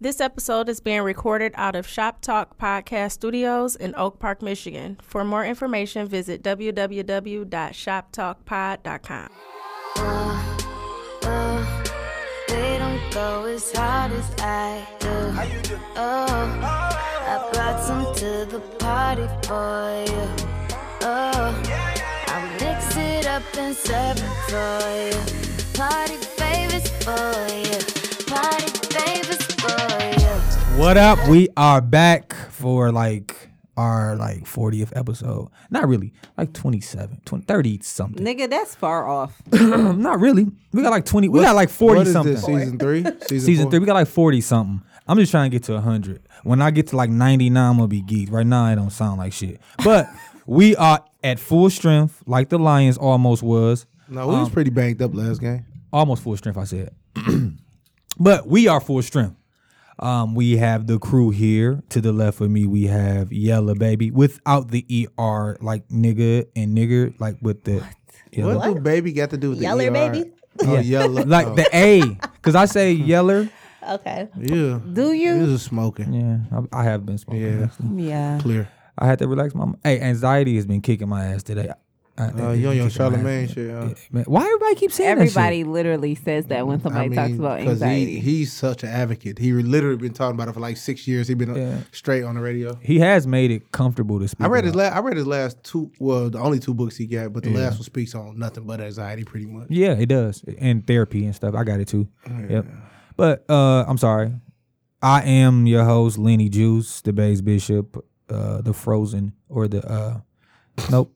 This episode is being recorded out of Shop Talk Podcast Studios in Oak Park, Michigan. For more information, visit www.shoptalkpod.com. They don't go as hard as I do. Oh, I brought some to the party for you. Oh, I'll mix it up and serve it for you. Party favors for you. Party favors for you. What up? We are back for like our like 40th episode. Not really, like 27, 20, 30 something. Nigga, that's far off. Not really. We got like 20. We got like 40 What is something. This, season three? Season, Season four? three, we got like 40 something. I'm just trying to get to 100. When I get to like 99, I'm going to be geeked. Right now, I don't sound like shit. But we are at full strength, like the Lions almost was. No, we was Um, pretty banged up last game. almost full strength. I said, but we are full strength. Um, we have the crew here. To the left of me, we have Yella Baby without the er, like nigga and nigger, like with the What, Yella. do baby got to do with Yeller the ER? baby? Oh, yeller. like oh, the A, because I say Yeller. Okay. yeah. Do you? This is smoking. Yeah, I, I have been smoking. Yeah. actually. Yeah. Clear. I had to relax my. Hey, anxiety has been kicking my ass today. I, Uh, yo, yo, Charlemagne shit. Uh, Man, why everybody keep saying Everybody literally says that when I somebody mean, talks about 'cause anxiety. He, he's such an advocate. He literally been talking about it for like six years. He been uh, Yeah. straight on the radio. He has made it comfortable to speak. I read his about. last. I read his last two. Well, the only two books he got, but the last one speaks on nothing but anxiety, pretty much. Yeah, it does. And therapy and stuff. I got it too. Oh, Yep. But uh I'm sorry. I am your host, Lenny Juice, the Bays Bishop, uh the Frozen or the uh Nope.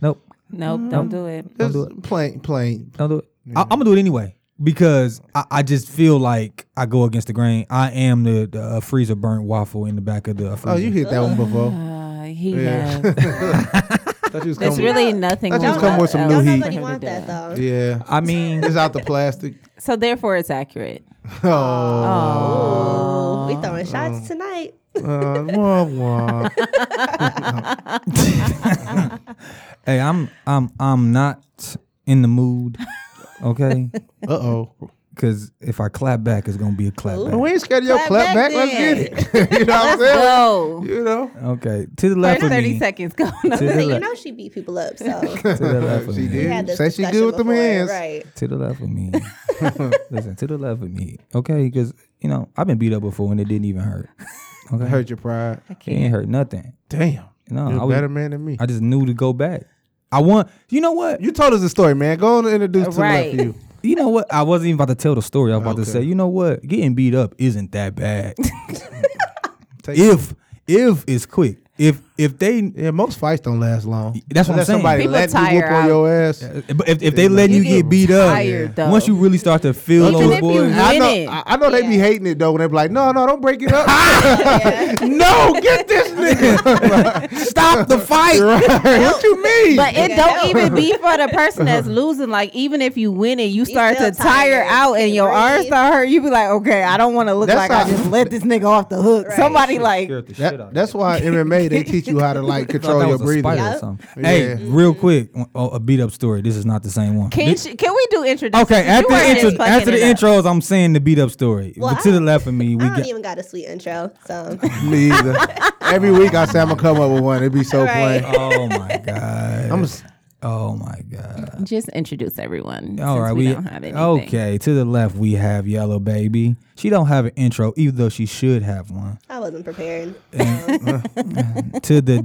Nope. nope, don't do it. Just plain, plain. Don't do it. I, I'm gonna do it anyway. Because I, I just feel like I go against the grain. I am the, the uh, freezer burnt waffle in the back of the uh, freezer. Oh, you hit that one before. Uh, he Yeah. has. Thought you was There's coming- really nothing. That just more come with some else new for heat. her Nobody Oh, to wants do. that though. Yeah. I mean, It's out the plastic. So therefore, it's accurate. Oh. Oh, we throwing shots tonight. Uh, wah, wah. hey, I'm I'm I'm not in the mood, okay? Uh-oh. Because if I clap back, it's gonna be a clap back. We ain't scared of your Clap clap back back. Let's then. get it. you know what I'm saying? Go. You know? Okay, to the First left of thirty me. seconds going To on. the But you left. know she beat people up, so To the left of She me. we did. had this Say she discussion good with them before, hands. right? To the left of me. Listen, to the left of me. Okay, because you know I've been beat up before and it didn't even hurt. Okay, Hurt your pride. it ain't hurt nothing. Damn. No, You're I a was, better man than me. I just knew to go back. I want. You know what? You told us the story, man. Go on and introduce to the left Right. of you. You know what? I wasn't even about to tell the story. I was about to Okay. say, you know what? Getting beat up isn't that bad. Take- if if it's quick. If if they Yeah, most fights don't last long. That's what I'm Unless saying. Somebody People let you tire whoop on out. your ass. But if, if they letting you, You get, get beat up, tired, though. once you really start to feel Even those if you boys, win I know, it. I I know they be hating it though when they be like, no, no, don't break it up. no, get this nigga. stop the fight. right. What you mean? But it don't even be for the person that's losing. Like even if you win it, you start still to tire tired. out and your arms Breathe. start hurt. You be like, okay, I don't want to look That's like how- I just let this nigga off the hook. Somebody like That- that's why MMA they teach you how to like control your breathing. Or Yup. something. Yeah. Hey, real quick, oh, a beat up story. This is not the same one. Can This- she, can we do introduction? okay, You after are the just intro, fucking after the it up. intros, I'm saying the beat up story. Well, but to I- the left of me, we I don't got even got a sweet intro, so Me either. Every week I say I'm gonna come up with one. It'd be so Right. plain. Oh my god. I'm s- oh my god. Just introduce everyone. All right, we, we, don't have anything. okay. To the left, we have Yellow Baby. She don't have an intro, even though she should have one. I wasn't prepared. to the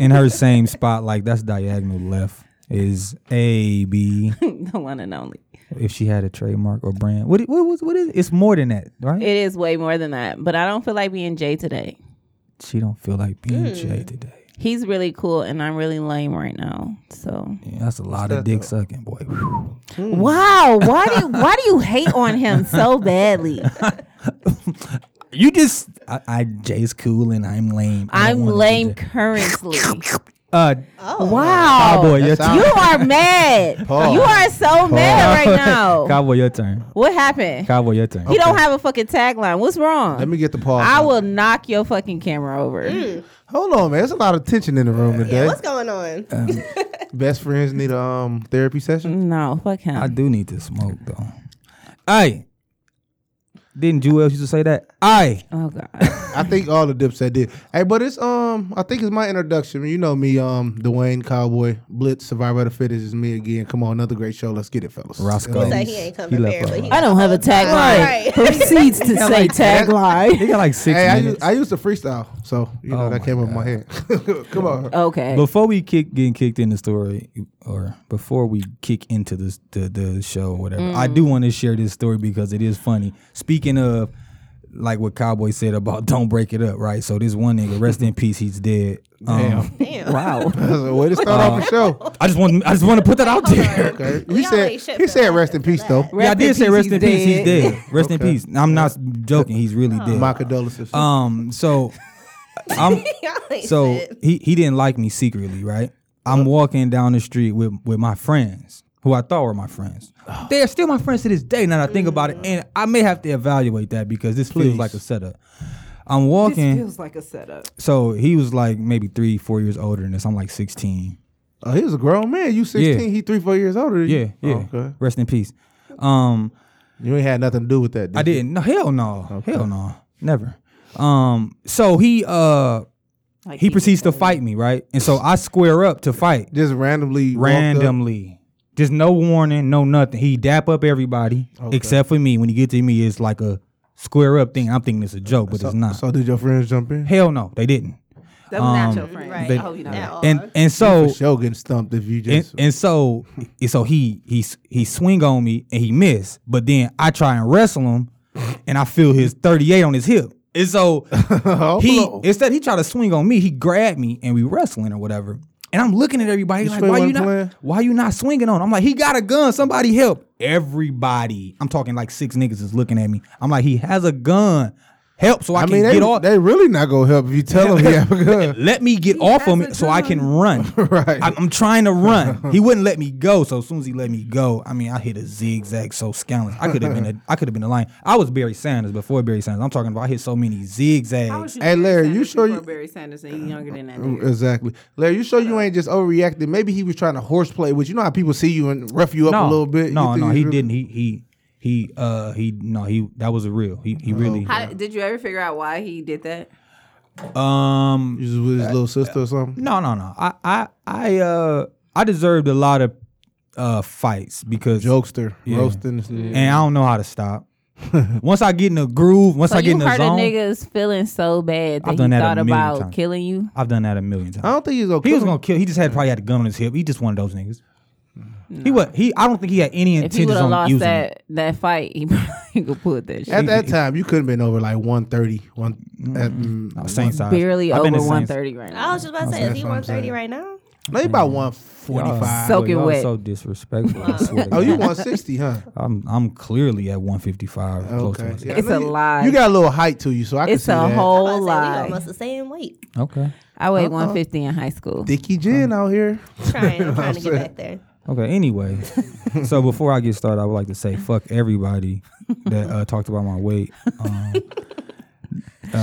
in her same spot, like that's diagonal left is A B. the one and only. if she had a trademark or brand, what it- what was what is it? It's more than that, right? It is way more than that, but I don't feel like being Jay today. she don't feel like being Hmm. Jay today. He's really cool, and I'm really lame right now. So Yeah, that's a lot of dick sucking, boy. wow, why do you, why do you hate on him so badly? You just I, I Jay's cool and I'm lame. I don't I'm wanna be lame Oh, Jay. currently. Uh, wow, cowboy, your sounds- turn. you are mad. Pause. You are so mad right now. Cowboy, your turn. What happened? Cowboy, your turn. He don't have a fucking tagline. What's wrong? let me get the pause. I will knock your fucking camera over. Hold on, man. There's a lot of tension in the room today. What's going on? Best friends need a um therapy session. No, fuck him. I do need to smoke though. Hey, Didn't Jewel used to say that? I Oh God. I think all the Dipset did. Hey, but it's um, I think it's my introduction. You know me, um, Dwayne Cowboy Blitz Survivor of the Fittest is me again. Come on, another great show. Let's get it, fellas. Roscoe. Say he ain't He coming left prepared, but out. he I don't have a tagline. Right. Proceeds to say He tagline. got like six Hey, I minutes. used, I used to freestyle, so you know Oh that my came up in my head. Come on, Okay. before we kick getting kicked in the story, or before we kick into this the, the show, or whatever, I do want to share this story because it is funny. Speaking of, like what Cowboy said about don't break it up, right? So this one nigga, rest in peace, he's dead. Um, Damn. Wow. that's a way to start off the show. I just want I just want to put that out there. Okay, We he said already should he feel said bad rest in for peace that. though. Yeah, I did say rest in peace. He's dead. dead. Oh. Rest in peace. I'm not joking. He's really dead. My condolences. Um, so I'm Y'all ain't so shit. he he didn't like me secretly, right? I'm walking down the street with with my friends who I thought were my friends. They are still my friends to this day. Now that I think about Mm. it, and I may have to evaluate that because this feels like a setup. I'm walking. like a setup. so he was like maybe three, four years older than this. I'm like 16. oh, he was a grown man. You Yeah. sixteen. He three four years older. Than Yeah, you. yeah. Oh, okay. Rest in peace. Um, You ain't had nothing to do with that. Did I you? didn't. No, hell no. Hell no. Never. Um, so he uh he proceeds to fight me, right? And so I square up to fight. Just randomly. walked up. randomly. Just no warning, no nothing. He dap up everybody except for me. When he get to me, it's like a square up thing. I'm thinking it's a joke, but it's not. So did your friends jump in? Hell no, they didn't. That was Um, not your friend. Right. Oh, They- Oh, I hope you know At that. all. And and so For sure, getting stumped if you and, just. and so and so he he he swing on me and he miss, but then I try and wrestle him, and I feel his 38 on his hip. And so Oh, he blow. instead he tried to swing on me. He grabbed me and we wrestling or whatever. And I'm looking at everybody like, swing why when you not? playing? Why you not swinging on? him? I'm like, he got a gun. Somebody help! Everybody. I'm talking like six niggas is looking at me. I'm like, he has a gun. Help! So I, I can mean, they, get off. they really not gonna help if you tell them you have a gun. let me get off of him so I can run. Right. I, I'm trying to run. He wouldn't let me go. So as soon as he let me go, I mean, I hit a zigzag so scandalous. I could have been a, I could have been a lion. I was Barry Sanders before Barry Sanders. I'm talking about I hit so many zigzags. Hey, Larry, you sure you- Barry Sanders and you younger than that? dude. Exactly, Larry. You sure you ain't just overreacting? Maybe he was trying to horseplay with you. Know how people see you and rough you up a little bit. You No, think no, he's he really- didn't. He he he uh he no he that was a real. He Oh, he really How, did you ever figure out why he did that? um You just with his little sister or something. no no no. I I I uh I deserved a lot of uh fights because Jokester, Yeah. roasting. and I don't know how to stop. once I get in a groove, once So I get you in the heard a zone, nigga's feeling so bad that I've he done that a thought million about times. killing you. I've done that a million times. I don't think he's gonna. He kill was him. gonna kill. He just had probably had a gun on his hip. He just one of those niggas. He was he. I don't think he had any If he intentions would have on lost using. that it. that fight, he probably could put that shit. At that time, you could have been over like 130. One, at, mm, Same size. Barely I've over been the same- one thirty right I now. was just about to say, is he 130 right now? maybe about 145. Soaking Y'all wet. So disrespectful. I swear to oh, you God. 160, huh? I'm I'm clearly at 155. Close to Okay, Yeah, I 160. It's know a you- lie. You got a little height to you, so I can It's see a that. I Oh, whole was about to say, we lie. almost the same weight. Okay. I Uh-huh. weighed one fifty in high school. Dickie Um, Jen out here. Trying, I'm trying to get back there. Okay. Anyway, so before I get started, I would like to say fuck everybody that uh, talked about my weight. Um,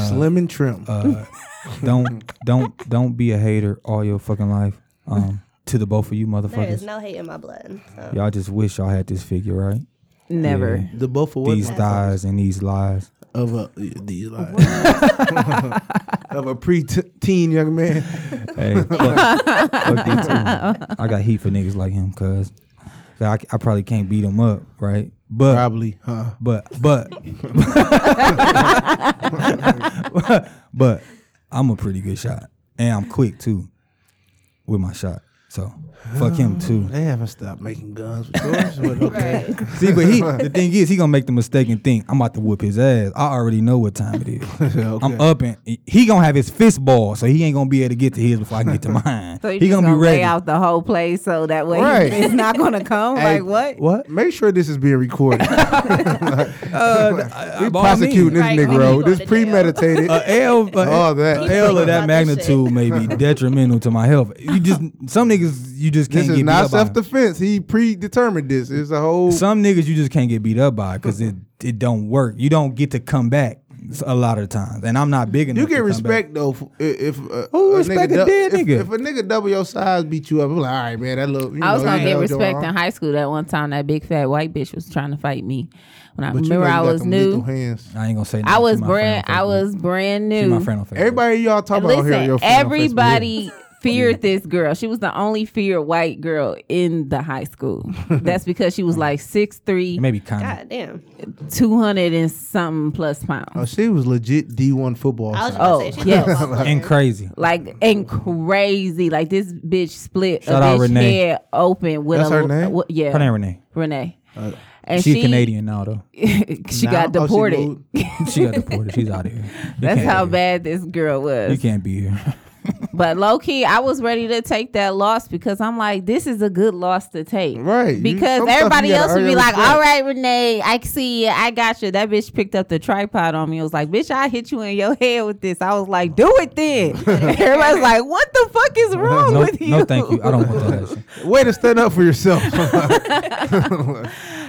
Slim and trim. uh, don't don't don't be a hater all your fucking life. Um, to the both of you There is motherfuckers, no hate in my blood. So. y'all just wish y'all had this figure, right? Never. Yeah. the both of what These thighs and these lies. of a these lies. of a pre-teen young man. Hey, fuck, fuck these two. I got heat for niggas like him, cause I, I probably can't beat him up, right? But Probably, huh? but but but I'm a pretty good shot, and I'm quick too with my shot. So fuck him too. They haven't stopped making guns with yours, but okay. See, but he the thing is, he gonna make the mistake and think I'm about to whoop his ass. I already know what time it is. okay. I'm up and he gonna have his fist ball, so he ain't gonna be able to get to his before I can get to mine. So you he just gonna, be lay ready. out the whole place so that way Right. it's not gonna come. Hey, like what? What? Make sure this is being recorded. Uh, we prosecuting this Right, we Negro. need This to go to jail. premeditated. a L, a All that. a Keep L thinking of that about this shit. magnitude may be detrimental to my health. You just some niggas you just can't this is get not beat up self by. defense. He predetermined this. It's a whole. Some niggas you just can't get beat up by because it it don't work. You don't get to come back. s- a lot of times, and I'm not big enough. You to get come back. respect though f- i- if uh, Who respect a dou- dead if- nigga? If, a nigga double your size beat you up, I'm like, all right, man, that little. You I was know, gonna you get know what you're respect in on. high school. That one time, that big fat white bitch was trying to fight me. When I But you know remember, you I got was them new. lethal Hands. I ain't gonna say. I nothing. was She my friend brand. on I Facebook. was brand She new. my friend on Facebook. Everybody y'all talk And about here, listen, your friend on Facebook. everybody feared this girl. She was the only feared white girl in the high school. That's because she was like 6'3", Maybe kind of. God damn. 200 and something plus Oh, pounds. she was legit D one football. I was size. about Oh, to say, she yes. just walked and there. crazy. Like and crazy. Like this bitch split Shout a out bitch Renee. head open with That's a her name? Uh, with- yeah. Her name Renee. Renee. and She's she, Canadian now though. she Now- got oh, she deported. moved. She got deported. She's out of here. You That's can't how be here. bad this girl was. You can't be here. But low key, I was ready to take that loss because I'm like, this is a good loss to take. Right. You- Because some stuff everybody you gotta else would earn be your like, respect. all right, Renee, I see you. I got you. That bitch picked up the tripod on me. I was like, bitch, I hit you in your head with this. I was like, do it then. Everybody's like, what the fuck is wrong no, with you? no, thank you. I don't want that. shit. Way to stand up for yourself.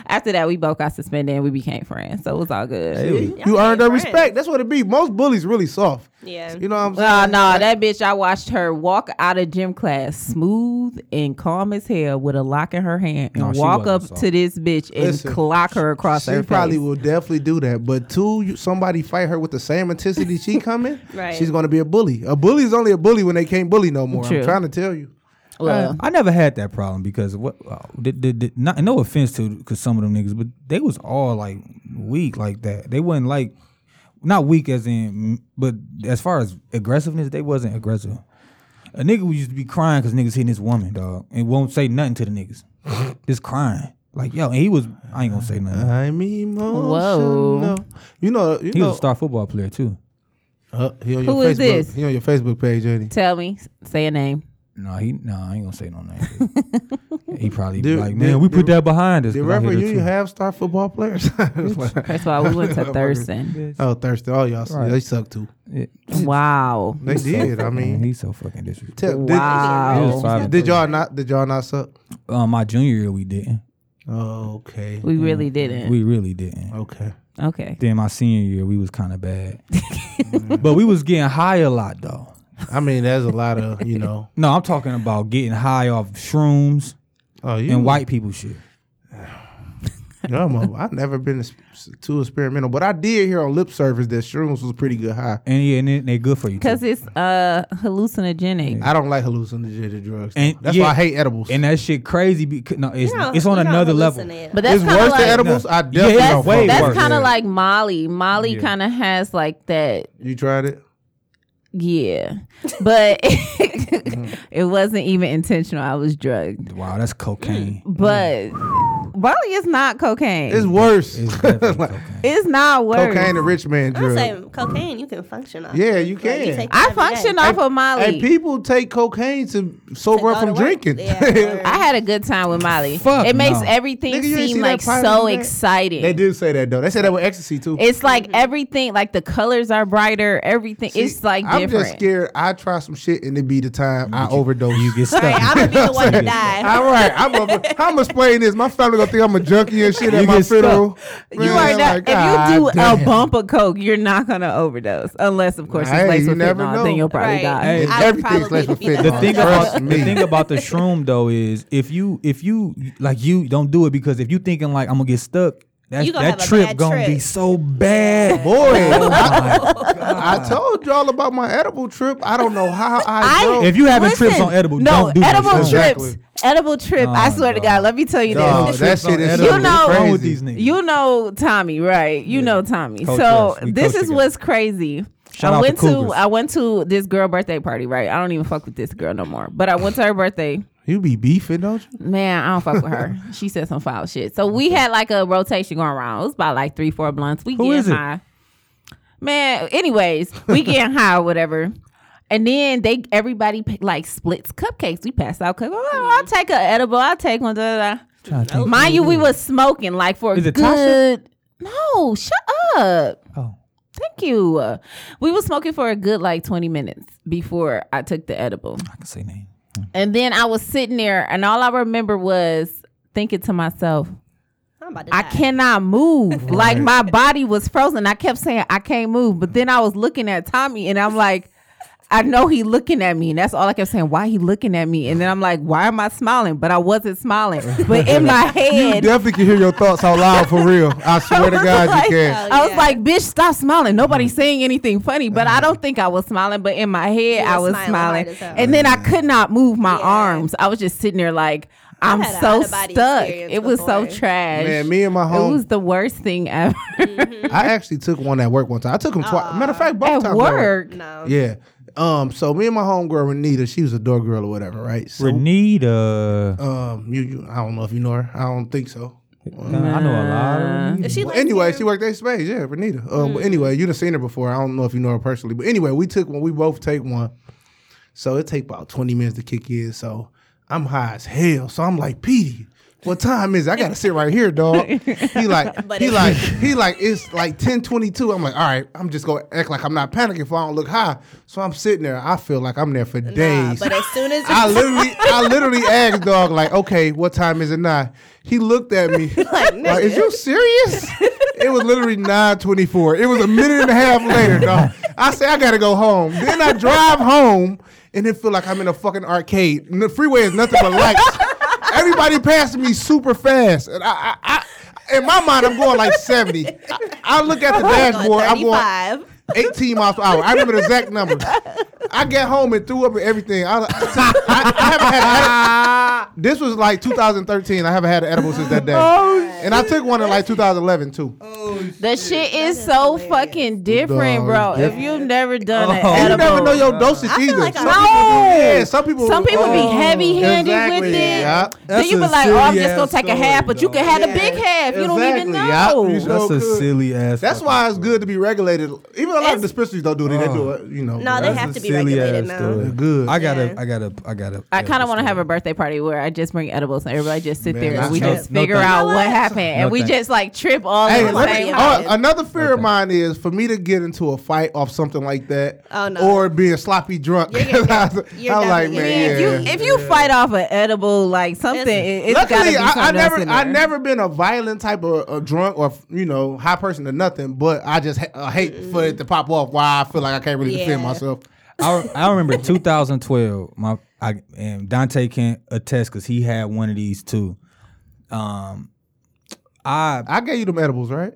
After that, we both got suspended and we became friends. So it was all good. you earned Y'all her ain't friends. respect. That's what it be. Most bullies really soft. Yeah. You know what I'm saying? Well, no, that bitch, I watched her walk out of gym class smooth and calm as hell with a lock in her hand and No, she walk wasn't up soft. to this bitch and Listen, clock her across She her probably face. will definitely do that. But two, you, somebody fight her with the same intensity she coming. Right. She's gonna be a bully. A bully is only a bully when they can't bully no more. True. I'm trying to tell you. Well, I never had that problem because what? Uh, did, did, did, not, no offense to because some of them niggas, but they was all like weak like that. They wasn't like not weak as in, but as far as aggressiveness, they wasn't aggressive. A nigga who used to be crying because niggas hitting his woman, dog, and won't say nothing to the niggas, just crying. Like yo, and he was. I ain't gonna say nothing. I'm emotional. You know. You He know. was a star football player too. Uh, he on your Who Facebook, is this? He on your Facebook page, ain't he? tell me, say a name. No, he no, I ain't gonna say no name. he probably be Did- like, did- man, we did- put that behind us. Did 'cause I hit Reverend her Union too." have star football players? First of all, we went to Thurston. oh, Thursday. Oh, y'all. Right. They suck too. Wow. They did. I Man, mean, he's so fucking disrespectful. tell- did- Wow. He was five and Did y'all not? Did y'all not suck? Uh, my junior year, we didn't. Oh, okay. We really didn't. We really didn't. Okay. Okay. Then my senior year, we was kind of bad, Mm-hmm. but we was getting high a lot though. I mean, there's a lot of you know. No, I'm talking about getting high off shrooms Oh, you and white people shit. Yeah, I'm a- I've never been as- too experimental, but I did hear on lip service that shrooms was pretty good high. And yeah, and they- they good for you. Too. Because it's uh, hallucinogenic. I don't like hallucinogenic drugs. And That's yeah, why I hate edibles. And that shit crazy because no, it's No, it's on you don't another level. hallucinate. But that's it's kind worse of than like, edibles. I Yeah, definitely that's don't. way fuck that's with worse. kind that. of like Molly. Molly Yeah. kind of has like that You tried it? Yeah. But Mm-hmm. it wasn't even intentional. I was drugged. Wow, that's cocaine. Mm. But Molly is not cocaine. Mm-hmm. It's It's, worse. It's definitely cocaine. not worse. Cocaine, the rich man I'm drug. saying cocaine, you can function off. Yeah, it. you Like, can. take it I every function day. off of Molly. And people take cocaine to To sober go up from to work. drinking. Yeah. I had a good time with Molly. Fuck it makes no. everything Nigga, you ain't see seem that like pilot so in there? exciting. they do say that though. They say that with ecstasy too. It's like Mm-hmm. everything, like the colors are brighter. Everything, it's See, like I'm different. just scared. I try some shit and it be the time I overdose. You get All right, I'm gonna be the one to Yeah. die. All right, I'm a, I'm explaining this. My family gonna think I'm a junkie and shit at You my get stuck. funeral. You Man, are not. if like, you do God damn. a bump of coke, you're not gonna overdose, unless of course Hey, it's laced you with never fentanyl. know. Then you'll probably Right. die. Hey, I would everything's probably laced with be the fentanyl. the Oh, thing trust about me. the thing about the shroom though is if you if you like you don't do it because if you thinking like I'm gonna get stuck, that You gonna that have a trip bad gonna trip. be so bad. Oh, Boy, I told y'all about my edible trip. I don't know how I, I- broke. If you having Listen, trips on edible, no don't do edible that. trips, Exactly. edible trip. I swear to God, let me tell you Dog, this. Oh, that shit is You so know- crazy. Wrong with these niggas. You know Tommy, right? You know Tommy. Coach so us. We this coach is together. what's crazy. Shout I out to went Cougars. I went to this girl birthday party, right? I don't even fuck with this girl no more. But I went to her birthday. You be beefing, don't you? Man, I don't fuck with her. She said some foul shit. So we had like a rotation going around. It was about like three, four blunts. We Who getting is it? high. Man, anyways, we getting high or whatever. And then they everybody p- like splits cupcakes. We pass out cupcakes. Oh, Mm-hmm. I'll take an edible. I'll take one. Da, da, da. Trying to think. Mind you, we was smoking like for Oh, mm-hmm. Is it good. No, shut up. Oh. Thank you. We was smoking for a good like 20 minutes before I took the edible. I can say name. And then I was sitting there, and all I remember was thinking to myself, I I'm about to I die. cannot move. Like my body was frozen. I kept saying I can't move, but then I was looking at Tommy and I'm like, I know he looking at me, and that's all I kept saying. Why he looking at me? And then I'm like, why am I smiling? But I wasn't smiling. But in my You head, definitely can hear your thoughts out loud for real. I swear to God, like, oh, you can. Mm. I was yeah. like, bitch, stop smiling. Nobody's saying anything funny, but Mm-hmm. I don't think I was smiling. But in my head, You I were was smiling hard smiling. as hell. And then I could not move my Yeah. arms. I was just sitting there like, I'm had a so out-of-body stuck. experience It was so before. Mm-hmm. trash. Man, me and my it home. was the worst thing ever. I actually took one at work one time. I took him twice. Matter of fact, both At times work. Oh. No. Yeah. Um. So me and my homegirl Renita, she was a door girl or whatever, right? So, Renita. um. You, you. I don't know if you know her. I don't think so. I know a lot of Is Renita. She Well, Mm-hmm. like Mm. anyway, you? she worked at Space. Yeah, Renita. Um, but anyway, you done seen her before. I don't know if you know her personally, but anyway, we took one. We both take one. So it take about twenty minutes to kick in. So I'm high as hell. So I'm like, Petey, what time is? It? I gotta sit right here, dog. He like, But he it- like, he like, it's like ten twenty two. I'm like, all right, I'm just gonna act like I'm not panicking if I don't look high. So I'm sitting there. I feel like I'm there for Nah, days. but as soon as I literally, I literally asked dog like, okay, what time is it now? He looked at me like, is you serious? It was literally nine twenty four. It was a minute and a half later, dog. I say I gotta go home. Then I drive home and it feel like I'm in a fucking arcade. And the freeway is nothing but lights. Everybody passing me super fast, and I, I, I in my mind, I'm going like seventy. I, I look at the dashboard. I'm going. 35. 18 miles per hour. I remember the exact number. I get home and threw up and everything. I, I, I haven't had. I, this was like 2013. I haven't had an edible since that day. Oh, and I took one in like 2011 too. The mm, shit is so fucking different, Dog, bro. it's If you've never done it, Oh. And you never know your dosage feel either. like some I- people, do- yeah, some people, some people oh, be heavy handed exactly, with it. yeah. Then That's you be a like, oh, I'm silly just gonna ass take a story, half, but you dog. can have the Yeah, big half. You don't even exactly, know. yeah. That's so a good. silly ass. That's fucking why it's story. good to be regulated. Even a lot It's- of dispensaries don't do it. They do it, you know. No, they that's have a to be silly regulated ass now. story. the good. I gotta, Yeah. I gotta, I gotta. I kind of want to have a birthday party where I just bring edibles and everybody just sit Man, there and that's we dope. just No figure thanks. out No what happened and we thanks. just like trip all Hey, over the let same me- house. uh, another fear of mine is for me to get into a fight off something like that, Oh, no. or being sloppy drunk. You're gonna get- you're I'm like, definitely man, getting- yeah. If you if you fight off an edible like something, it, has gotta be Luckily, something I, I never, else in I there. never been a violent type of a drunk or you know high person or nothing. But I just ha- I hate for it to pop off. Why I feel like I can't really defend Yeah. myself. I, I remember 2012. My I and Dante can attest because he had one of these too. Um, I I gave you them edibles, right?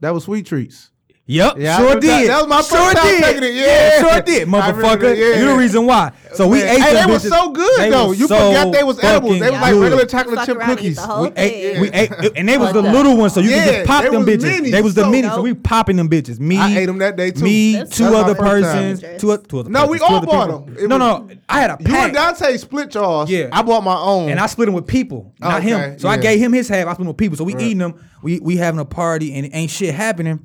That was sweet treats. yep, Yeah, I sure remember did. that. That was my sure first time did. taking it. Yeah. sure did, I remember motherfucker. that, yeah. You the reason why. So we Man, ate. hey, them they were bitches. so good They though. were You so forgot they was edibles. They fucking was like good. regular chocolate Fuck chip around and eat cookies. the whole We ate, thing. we ate, and they was the little ones, so you Yeah, could just pop they them was bitches. minis, They was the so- minis, so we popping them bitches. Me, I ate 'em that day, too. Me, That's- two that's my other first time. persons, two, oth- two other. No, we persons, two all other bought people. 'em. It no, was- no, I had a You pack. and Dante split y'all. Yeah. I bought my own. and I split him with people, not Uh-huh. Oh, okay, him. So I yeah. gave him his half. I split him with people. So we eating them. We we having a party and it ain't shit happening.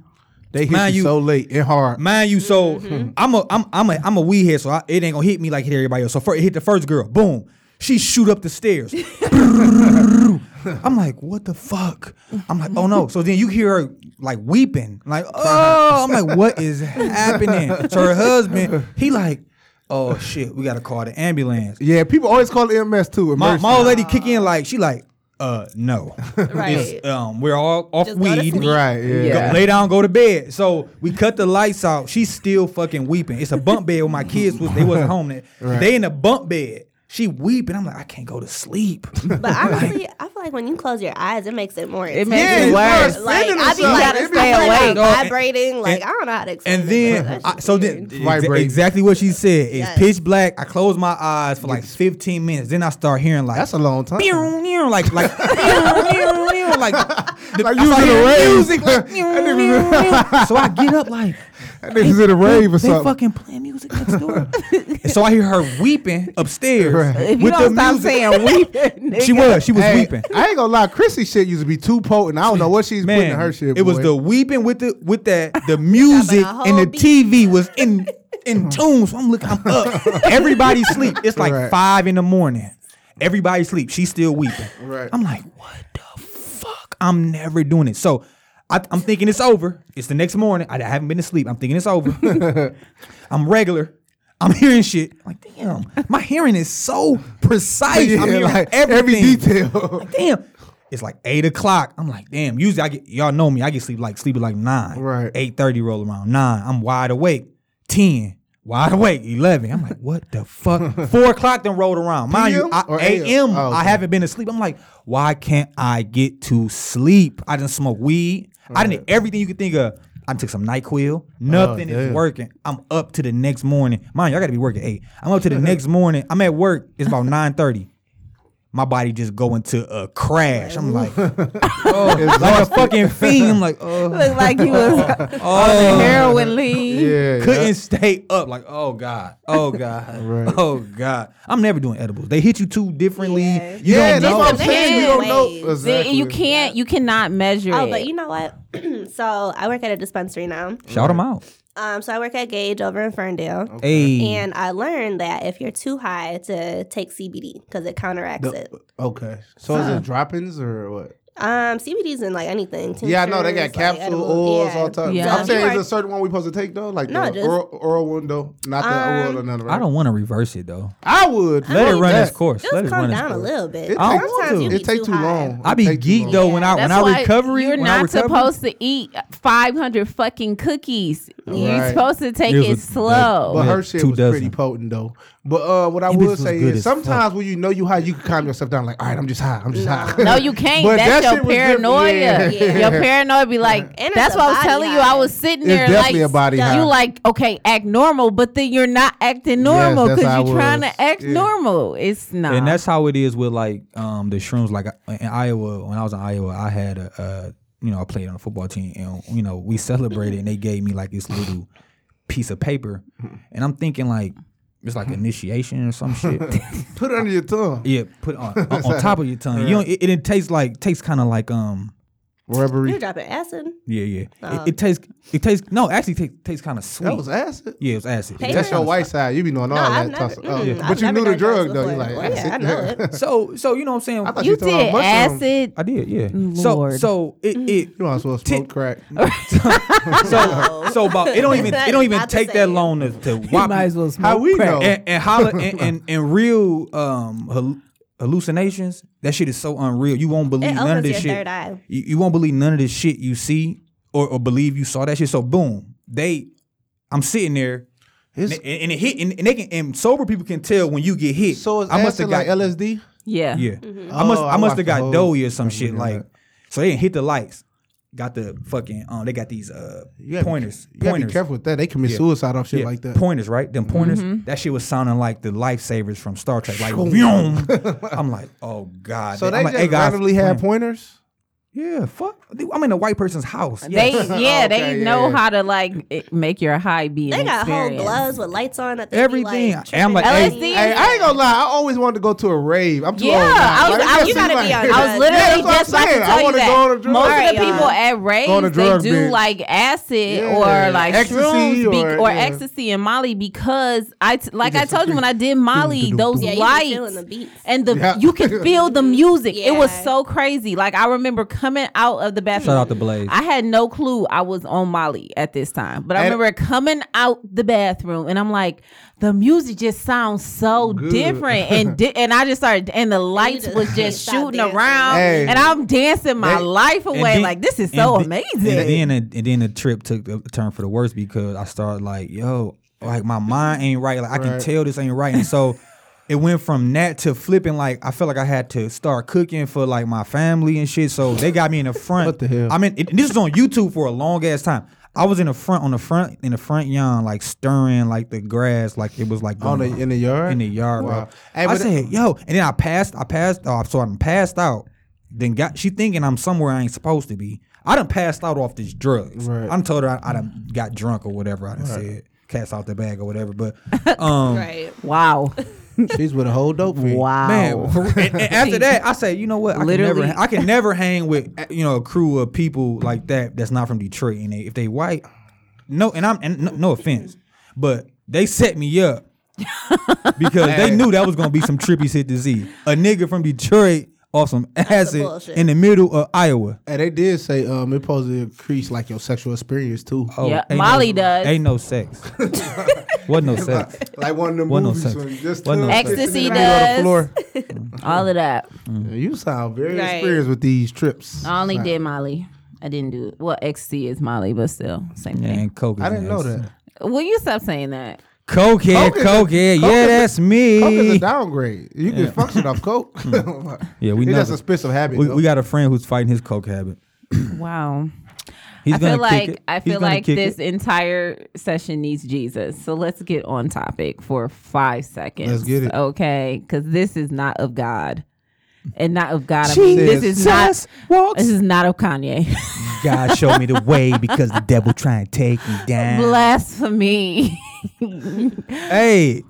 they hit Mind you you- so late and hard. Mind you, so I'm a I'm I'm a I'm a weed head, so I, it ain't gonna hit me like it hit everybody else. So first, it hit the first girl, boom, she shoot up the stairs. I'm like, what the fuck? I'm like, oh no. So then you hear her like weeping, like, Uh-huh. oh, I'm like, what is happening? So her husband, he like, oh shit, we gotta call the ambulance. yeah, people always call it MS too. My, emergency. my old lady kick in like, she like, uh, no, Right. um, we're all off Just go to weed. sleep. right. Yeah. Go- lay down, go to bed. So we cut the lights out. She's still fucking weeping. It's a bump bed where my kids was they wasn't home. Then. They in a bump bed. She weeping. I'm like, I can't go to sleep. But honestly, I feel like when you close your eyes, it makes it more. It intense. makes Yeah, it you worse. gotta like spinning I or be something. like, You I gotta stay feel like awake. I'm No, and- vibrating. Like and- I don't know how to explain. And it, but then, that's I, just so weird. then exa- Vibrating. exactly what she said. It's Yes. pitch black. I close my eyes for like 15 minutes. Then I start hearing like That's a long time. Meow, meow, like like meow, meow, meow, like, the, Like I you was start in a hearing rave. music like meow, meow, meow. so I get up like That nigga's in a rave or they something. fucking playing music next door. and so I hear her weeping upstairs Right. If you don't stop saying weeping, She nigga. was. She was Hey, weeping. I ain't gonna lie, Chrissy shit used to be too potent. I don't know what she's putting in her shit. it was boy. the weeping with the with that the music Dropping and a the whole beat. TV was in in tune. So I'm looking, I'm up. Everybody sleep. It's like Right. five in the morning. Everybody sleep. She's still weeping. Right. I'm like, what the fuck? I'm never doing it. So. I, I'm thinking it's over. It's the next morning. I, I haven't been to sleep. I'm thinking it's over. I'm regular. I'm hearing shit. I'm like, damn, my hearing is so precise. Yeah, I'm hearing like, every everything detail. like, damn. It's like eight o'clock. I'm like, damn. Usually I get y'all know me. I get sleep like sleep at like nine. Right. Eight thirty roll around nine. I'm wide awake. Ten. Wide awake. Eleven. I'm like, what the fuck? Four o'clock then rolled around. Mind you, PM? I, Or a.m. AM? Oh, I okay. haven't been asleep. I'm like, why can't I get to sleep? I didn't smoke weed. I didn't everything you could think of. I took some NyQuil. Nothing is damn. working. I'm up to the next morning. Mind you, I got to be working eight. I'm up to the next morning. I'm at work. It's about nine thirty. My body just go into a crash. I'm like, oh, It's like a fucking fiend. I'm like, oh, Look like you was oh. heroin lean. yeah, couldn't stay up. Like, oh god, oh god, Right. oh god. I'm never doing edibles. They hit you too differently. You yeah, don't that's know. what I'm Different saying. You don't ways. know Then exactly. You can't. You cannot measure Oh, it. but you know what? so I work at a dispensary now. Shout them out. Um, so I work at Gage over in Ferndale. Oh. Mm. Hey, And I learned that if you're too high to take CBD because it counteracts it. Okay, so is it droppings or what? Um, CBD's in like anything. Yeah, I know they got tinctures, like capsule edibles. oils Yeah. all the time. Yeah. I'm So saying you it's are- a certain one we supposed to take though, like No, the just- oral, oral one though, not the oral or none of that. I don't want to reverse it though. I would Let it fuck run that. its course. Just Let it calm run its down a course. little bit. I It take don't want too Sometimes to. you be It take too high. long. I be It take too geeked long. though when I That's when I why recovery. You're when I not recovery, supposed to eat 500 fucking cookies. You're Right. supposed to take Here's it a- slow. But Yeah, her shit two was dozen. pretty potent though. But uh, what I Them bitches would was say good is as fuck. sometimes when you know you high, you can calm yourself down. Like, all right, I'm just high. I'm just high. no, you can't. But that's that your shit was different. paranoia. Yeah. Your paranoia be like, And it's that's a why I was body telling you. high. I was sitting It's there definitely like, a body high. you like, okay, act normal, but then you're not acting normal that's because how I you're trying was. to act Yeah. normal. It's not. And that's how it is with like um the shrooms. Like I- in Iowa, when I was in Iowa, I had a, uh you know I played on a football team, and you know we celebrated, and they gave me like this little piece of paper, and I'm thinking like it's like initiation or some shit. Put it under your tongue. yeah, put it on on, on top of your tongue. You don't, it, it, tastes like tastes kind of like um You're Rubbery. dropping acid. yeah yeah. Uh. it, it tastes it tastes no actually it tastes, tastes kind of sweet. That was acid. yeah, it was acid. Paper? That's your white side. You be knowing all that. I've never- Tussle. Oh, mm-mm, But I've you never knew the done drugs drug though. You before. like Well, yeah, I acid. know it. So so you know what I'm saying. I thought you you talking did about mushrooms. acid. I did, yeah. Mm, Lord. So so it it You might as well Ti- smoke crack. So so about it don't even it don't even Not the take that same. long to, to whop might you. as well smoke How we know? and and, holla, and, and and real um hal- hallucinations that shit is so unreal you won't believe It none of opens this your shit third eye. You, you won't believe none of this shit you see or, or believe you saw that shit so boom they I'm sitting there and, It's- and it hit and, and they can and sober people can tell when you get hit So it's I must acid have like got LSD. yeah. yeah. I must Oh, I, I must watched the have got whole- dougie or some shit yeah. like so they didn't hit the lights. Got the fucking um they got these uh You gotta be- pointers. You gotta be pointers. careful with that. They commit suicide off shit Yeah, like that. Pointers, right? Them Mm-hmm. pointers. That shit was sounding like the lifesavers from Star Trek. Like, vroom. I'm like, oh god. So I'm they like, just "Hey, guys, randomly had friend." pointers. Yeah, fuck. Dude, I'm in a white person's house. They Yes. yeah, Okay, they yeah, know yeah. how to like it- make your high be. They an got whole experience. gloves with lights on. That they Everything. Be And like, I'm like, tripping LSD on. Hey, I ain't gonna lie. I always wanted to go to a rave. I'm too Oh, Yeah, old. now. I was- I- Like, it just you seems gotta like- be on- I Yeah, was literally that's what I'm just about to saying. I tell you wanna go on a that. drug- Most Alright, of the people y'all. at on a raves drug they do binge. like acid Yeah. or like Ecstasy shrooms be- or- or yeah. ecstasy and Molly because I t- like I just- told you when I did Molly doo, those doo. Yeah, you be feeling lights the beats. and the Yeah. you can feel the music. It was Yeah. so crazy. Like I remember coming out of the bathroom. Shout out to Blaze. I had no clue I was on Molly at this time, but I And- remember coming out the bathroom and I'm like, the music just sounds so Good. different, and di- and I just started, and the lights just was can't just stop shooting dancing. around, Hey. and I'm dancing my They- life And away. then- like this is so and the- amazing. And then and, then the trip took a turn for the worse because I started like, yo, like my mind ain't right. Like I can Right. tell this ain't right. And so it went from that to flipping. Like I felt like I had to start cooking for like my family and shit. So they got me in the front. What the hell? I mean, it, this is on YouTube for a long ass time. I was in the front on the front in the front yard, like stirring like the grass, like it was like On the- going- in the yard? in the yard, Wow. bro. Hey, I but- said, yo, and then I passed, I passed off, so I'm passed out. Then got she thinking I'm somewhere I ain't supposed to be. I done passed out off these drugs. Right. I'm told her I, I done got drunk or whatever. I done said cast out the bag or whatever. But um, Right. wow, She's with a whole dope fiend. wow. man, for- and- and after that I say, you know what? I Literally. can never, I can never hang with you know a crew of people like that that's not from Detroit and they, if they white, no, and I'm and no, no offense, but they set me up because they knew that was gonna be some trippy shit to see. A nigga from Detroit off some acid bullshit. in the middle of Iowa. And they did say um, it supposed to increase like your sexual experience too. Oh, Yeah, ain't Molly no, does. Ain't no sex. Wasn't no sex. like one of them What no movies. sex? when just What no two sex? Mm-hmm. Ecstasy sitting down on the does. floor. all of that. You sound very Right. experienced with these trips. I only Like, did Molly. I didn't do well. XC is Molly, but still same Yeah, thing. and coke. I is didn't know nasty. that. Will you stop saying that? Coke head, Coke is a- coke head. coke Yeah, is a- that's me. Coke is a downgrade. You can function off coke. Mm. Yeah, we it's know just a that. expensive habit. we, though. we got a friend who's fighting his coke habit. Wow. He's I gonna feel kick like it. I He's feel gonna like kick this it. entire session needs Jesus. So let's get on topic for five seconds. Let's get it. Okay. Cause this is not of God. And not of God. I mean, this is not this is not of Kanye. God showed me the way because the devil trying to take me down. Blasphemy. Hey,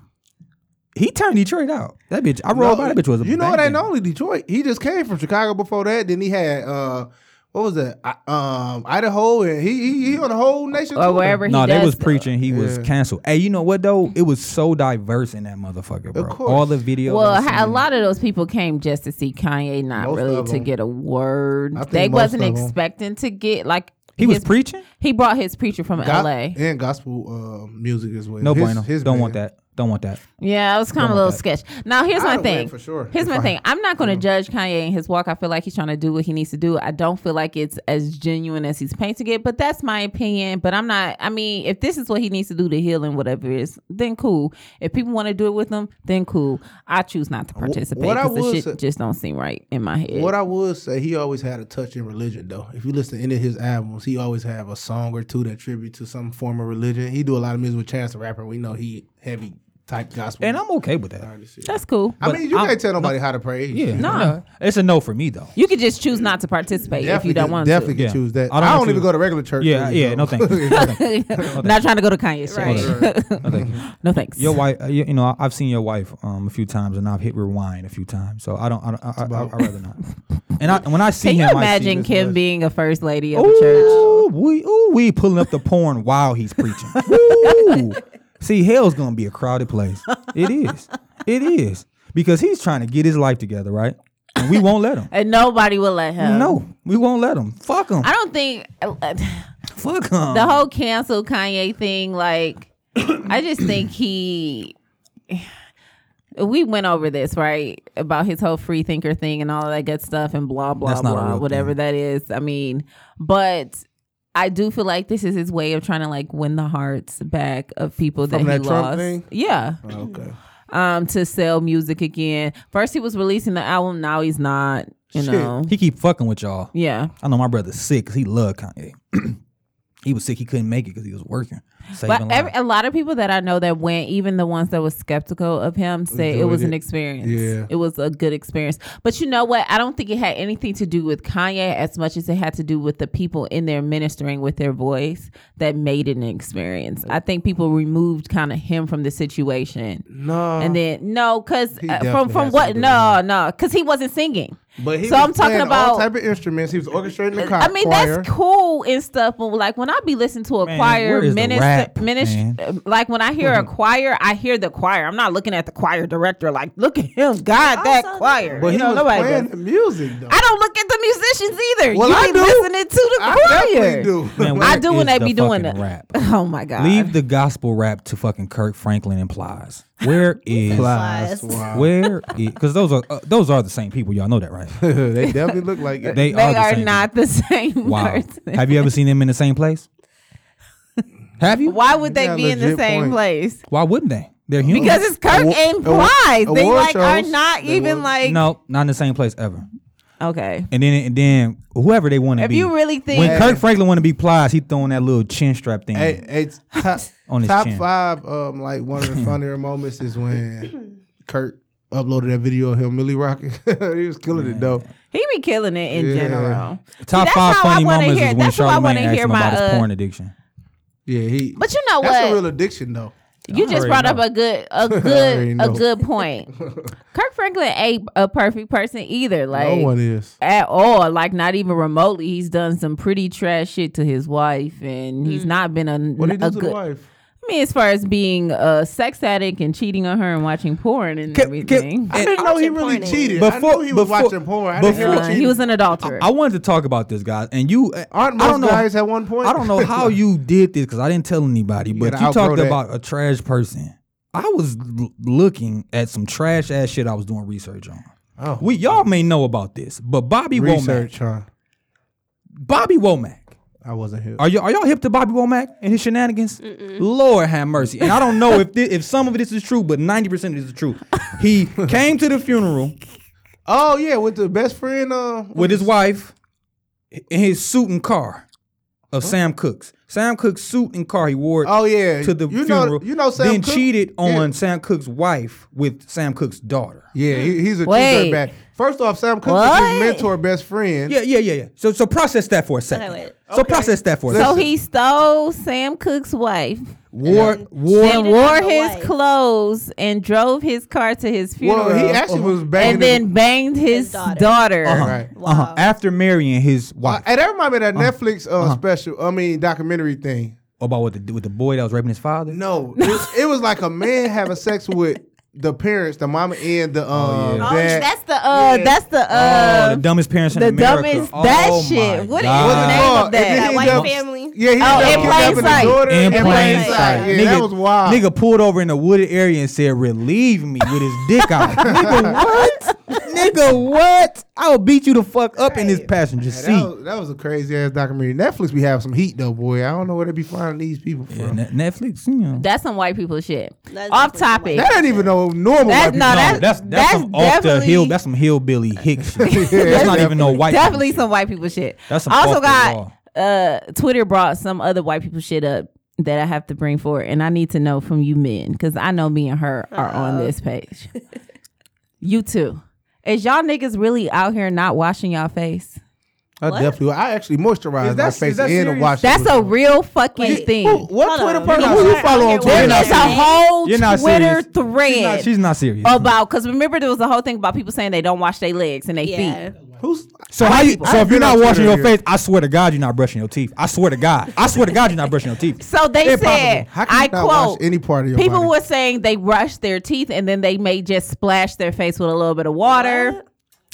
he turned Detroit out. That bitch, I rolled by that bitch was a You know it ain't banger. only Detroit. He just came from Chicago before that. Then he had uh what was that? I- um Idaho and he he, he on the whole nation. or tour. wherever he No, they does was stuff. preaching. He was Yeah. canceled. Hey, you know what though? It was so diverse in that motherfucker, bro. course. All the videos. Well, I ha- a seen. lot of those people came just to see Kanye, not Most really of to 'em. get a word. I think They most wasn't of 'em. expecting to get like He was his- preaching. He brought his preacher from Go- LA. and gospel uh, music as well. No His- bueno. his Don't band. want that. Don't want that. Yeah, it was kind of a little sketch. Now here's I my would've went thing. for sure. Here's my If I- Mm-hmm. thing. I'm not going to judge Kanye and his walk. I feel like he's trying to do what he needs to do. I don't feel like it's as genuine as he's painting it, but that's my opinion. But I'm not. I mean, if this is what he needs to do to heal and whatever it is, then cool. If people want to do it with him, then cool. I choose not to participate what I because the would shit say- just don't seem right in my head. What I would say, he always had a touch in religion though. If you listen to any of his albums, he always have a song or two that tribute to some form of religion. He do a lot of music with Chance the Rapper. We know he heavy type gospel. And I'm okay with that. that's cool. I but mean, you I'm- can't tell nobody how to praise. Yeah. You know? No. It's a no for me though. you could just choose not to participate if you don't can- want definitely to. can Yeah. choose that. I I don't don't, want even to- go to regular church. Yeah, really, yeah. so. No thank you. No thank you. Not trying to go to Kanye's Right. shit. No, thank you. No thanks. Your wife, uh, you, you know, I- I've seen your wife um, a few times, and I've hit rewind a few times. So I don't, I don't, I, I, I, would rather not. And I, when I see Can you him, imagine I see Kim being a first lady of the church? Ooh, we, ooh, we pulling up the porn while he's preaching. Ooh. See, hell's gonna be a crowded place. It is. It is because he's trying to get his life together, right? And we won't let him. And nobody will let him. No, we won't let him. Fuck him. I don't think uh, Fuck him. the whole cancel Kanye thing, like, I just think he. We went over this, right? About his whole free thinker thing and all that good stuff and blah, blah, That's not a blah, real whatever thing. that is. I mean, but I do feel like this is his way of trying to like win the hearts back of people From that he that Trump lost. thing? Yeah. Okay. Um, to sell music again. First he was releasing the album, now he's not, you Shit. know. he keep fucking with y'all. yeah. I know my brother's sick 'cause he loved Kanye. he was sick. He couldn't make it because he was working. Saving But every, lives. a lot of people that I know that went, even the ones that was skeptical of him, say it Enjoyed was an it. experience. Yeah. It was a good experience. But you know what? I don't think it had anything to do with Kanye as much as it had to do with the people in there ministering with their voice that made it an experience. I think people removed kind of him from the situation. No. and then no, because He from definitely from had what? something to do No, no, because he wasn't singing. but he so was I'm talking playing about all type of instruments. He was orchestrating the choir. I mean, that's cool and stuff, but like when I be listening to a Man, where choir is the minister, rap, man? minister, like when I hear a choir, I hear the choir. I'm not looking at the choir director like, look at him, God, that choir. But you he know, was nobody playing does. the music though. I don't look at the musicians either. Well, you I be do. listening to the I choir. definitely do. Man, I where do when is they the be doing fucking it. rap? Oh my god! Leave the gospel rap to fucking Kirk Franklin and Plies. Where is Plies. Wow. Where is because those are uh, those are the same people. Y'all know that, right? they definitely look like it. They, They are, the are same not the same People. Wow. person. Have you ever seen them in the same place? Have you? Why would got they a be in the legit same point. place? Why wouldn't they? They're human. Because it's Kirk Award- and award- Plies. They award like are shows, not they even would- like no, not in the same place ever. okay. And then and then whoever they want to If be. you really think when Kirk Franklin want to be Plies, he throwing that little chin strap thing. Hey, hey, top, On his top chin. five, um, like one of the funnier moments is when Kurt uploaded that video of him Millie rocking. he was killing it though. He be killing it in Yeah. general. Top that's five how I funny wanna moments hear- is when that's who I Charlamagne wanna asked hear him my, about his uh, porn addiction. Yeah, he. But you know that's a real what? addiction though. You just already brought up know. a good a already good know. a good point. Kirk Franklin ain't a perfect person either, No like one is. at all. Like not even remotely. He's done some pretty trash shit to his wife and he's not been a, What did he a do to good the wife? I mean, as far as being a sex addict and cheating on her and watching porn and Can- can- everything. I didn't know he really Watching porn. cheated. I Before- knew he was before- watching porn. I didn't before- know Uh, he he cheated. was an adulterer. I wanted to talk about this, guys, and you uh, Aren't I most don't know, guys at one point? I don't know how you did this because I didn't tell anybody, but gotta you outgrow talked that. about a trash person. I was l- looking at some trash ass shit I was doing research on. Oh. We y'all may know about this, but Bobby Womack, Research, huh? Bobby Womack, I wasn't here. are you are y'all hip to Bobby Womack and his shenanigans? Lord have mercy. And I don't know if thi- if some of this is true, but ninety percent of this is true. He came to the funeral Oh yeah, with the best friend. Uh, with his wife in his suit and car of Sam Cook's. Sam Cook's suit and car he wore it Oh, yeah. to the You know- funeral. you know Sam then Cooke? cheated on Yeah. Sam Cook's wife with Sam Cook's daughter. yeah, he, he's a Wait. Wait. bad. First off, Sam Cooke was his mentor, best friend. Yeah, yeah, yeah, yeah. So so process that for a second. wait. So process that for a so second. he stole Sam Cook's wife War war and wore on the his wife. clothes and drove his car to his funeral. Well, he uh, actually was banging. and then banged his, His daughter. daughter. his- right. uh-huh, after marrying his Uh, wife hey, that reminded me of that Netflix Uh-huh. uh, special. I mean, documentary thing. about what the with the boy that was raping his father. No, it was, it was like a man having sex with the parents, the mama and the uh, yeah. Oh, dad. that's the Uh, uh, that's the Oh, uh, the dumbest parents in the America. dumbest- oh, that my shit. What is- God. What's it name called? of that? And then that he white ended up- family. Yeah, he Oh, ended In up Plain kidnapping Sight. his daughter in plain sight. sight. Yeah, nigga, that was wild. Nigga pulled over in a wooded area and said, "Relieve me" with his dick out. nigga, what? nigga, what? I'll beat you the fuck up in this passenger Yeah, seat. that, was, that was a crazy ass documentary. Netflix, we have some heat though, boy. I don't know where they be finding these people from. Yeah, Ne- Netflix, you know. That's some white people shit. That's Off topic. definitely some that ain't even no normal. That's white people. not- No, that's- that's, that's that's some off the definitely- hill. That's some hillbilly hick shit. that's that's not even no white. people Definitely shit. some white people shit. That's some also off the got wall. uh Twitter brought some other white people shit up that I have to bring forward, and I need to know from you men because I know me and her are on this page. you too. Is y'all niggas really out here not washing y'all face? I definitely. I actually Is moisturize my that- face is that and serious? wash. it That's with- a real fucking thing. Who- what Hold Twitter on. person? Hold Who you on. follow on You're Twitter? There's not just a serious. whole You're not Twitter serious. She's not, thread she's not serious. about because remember there was a whole thing about people saying they don't wash their legs and they yeah. feet. Who's so how you? So if I've you're been on not washing Twitter your face, I swear to God, you're not brushing your teeth. I swear to God, I swear to God, you're not brushing your teeth. So they Impossible. said, How can you I not wash quote, any part of your people body? were saying they brush their teeth and then they may just splash their face with a little bit of water.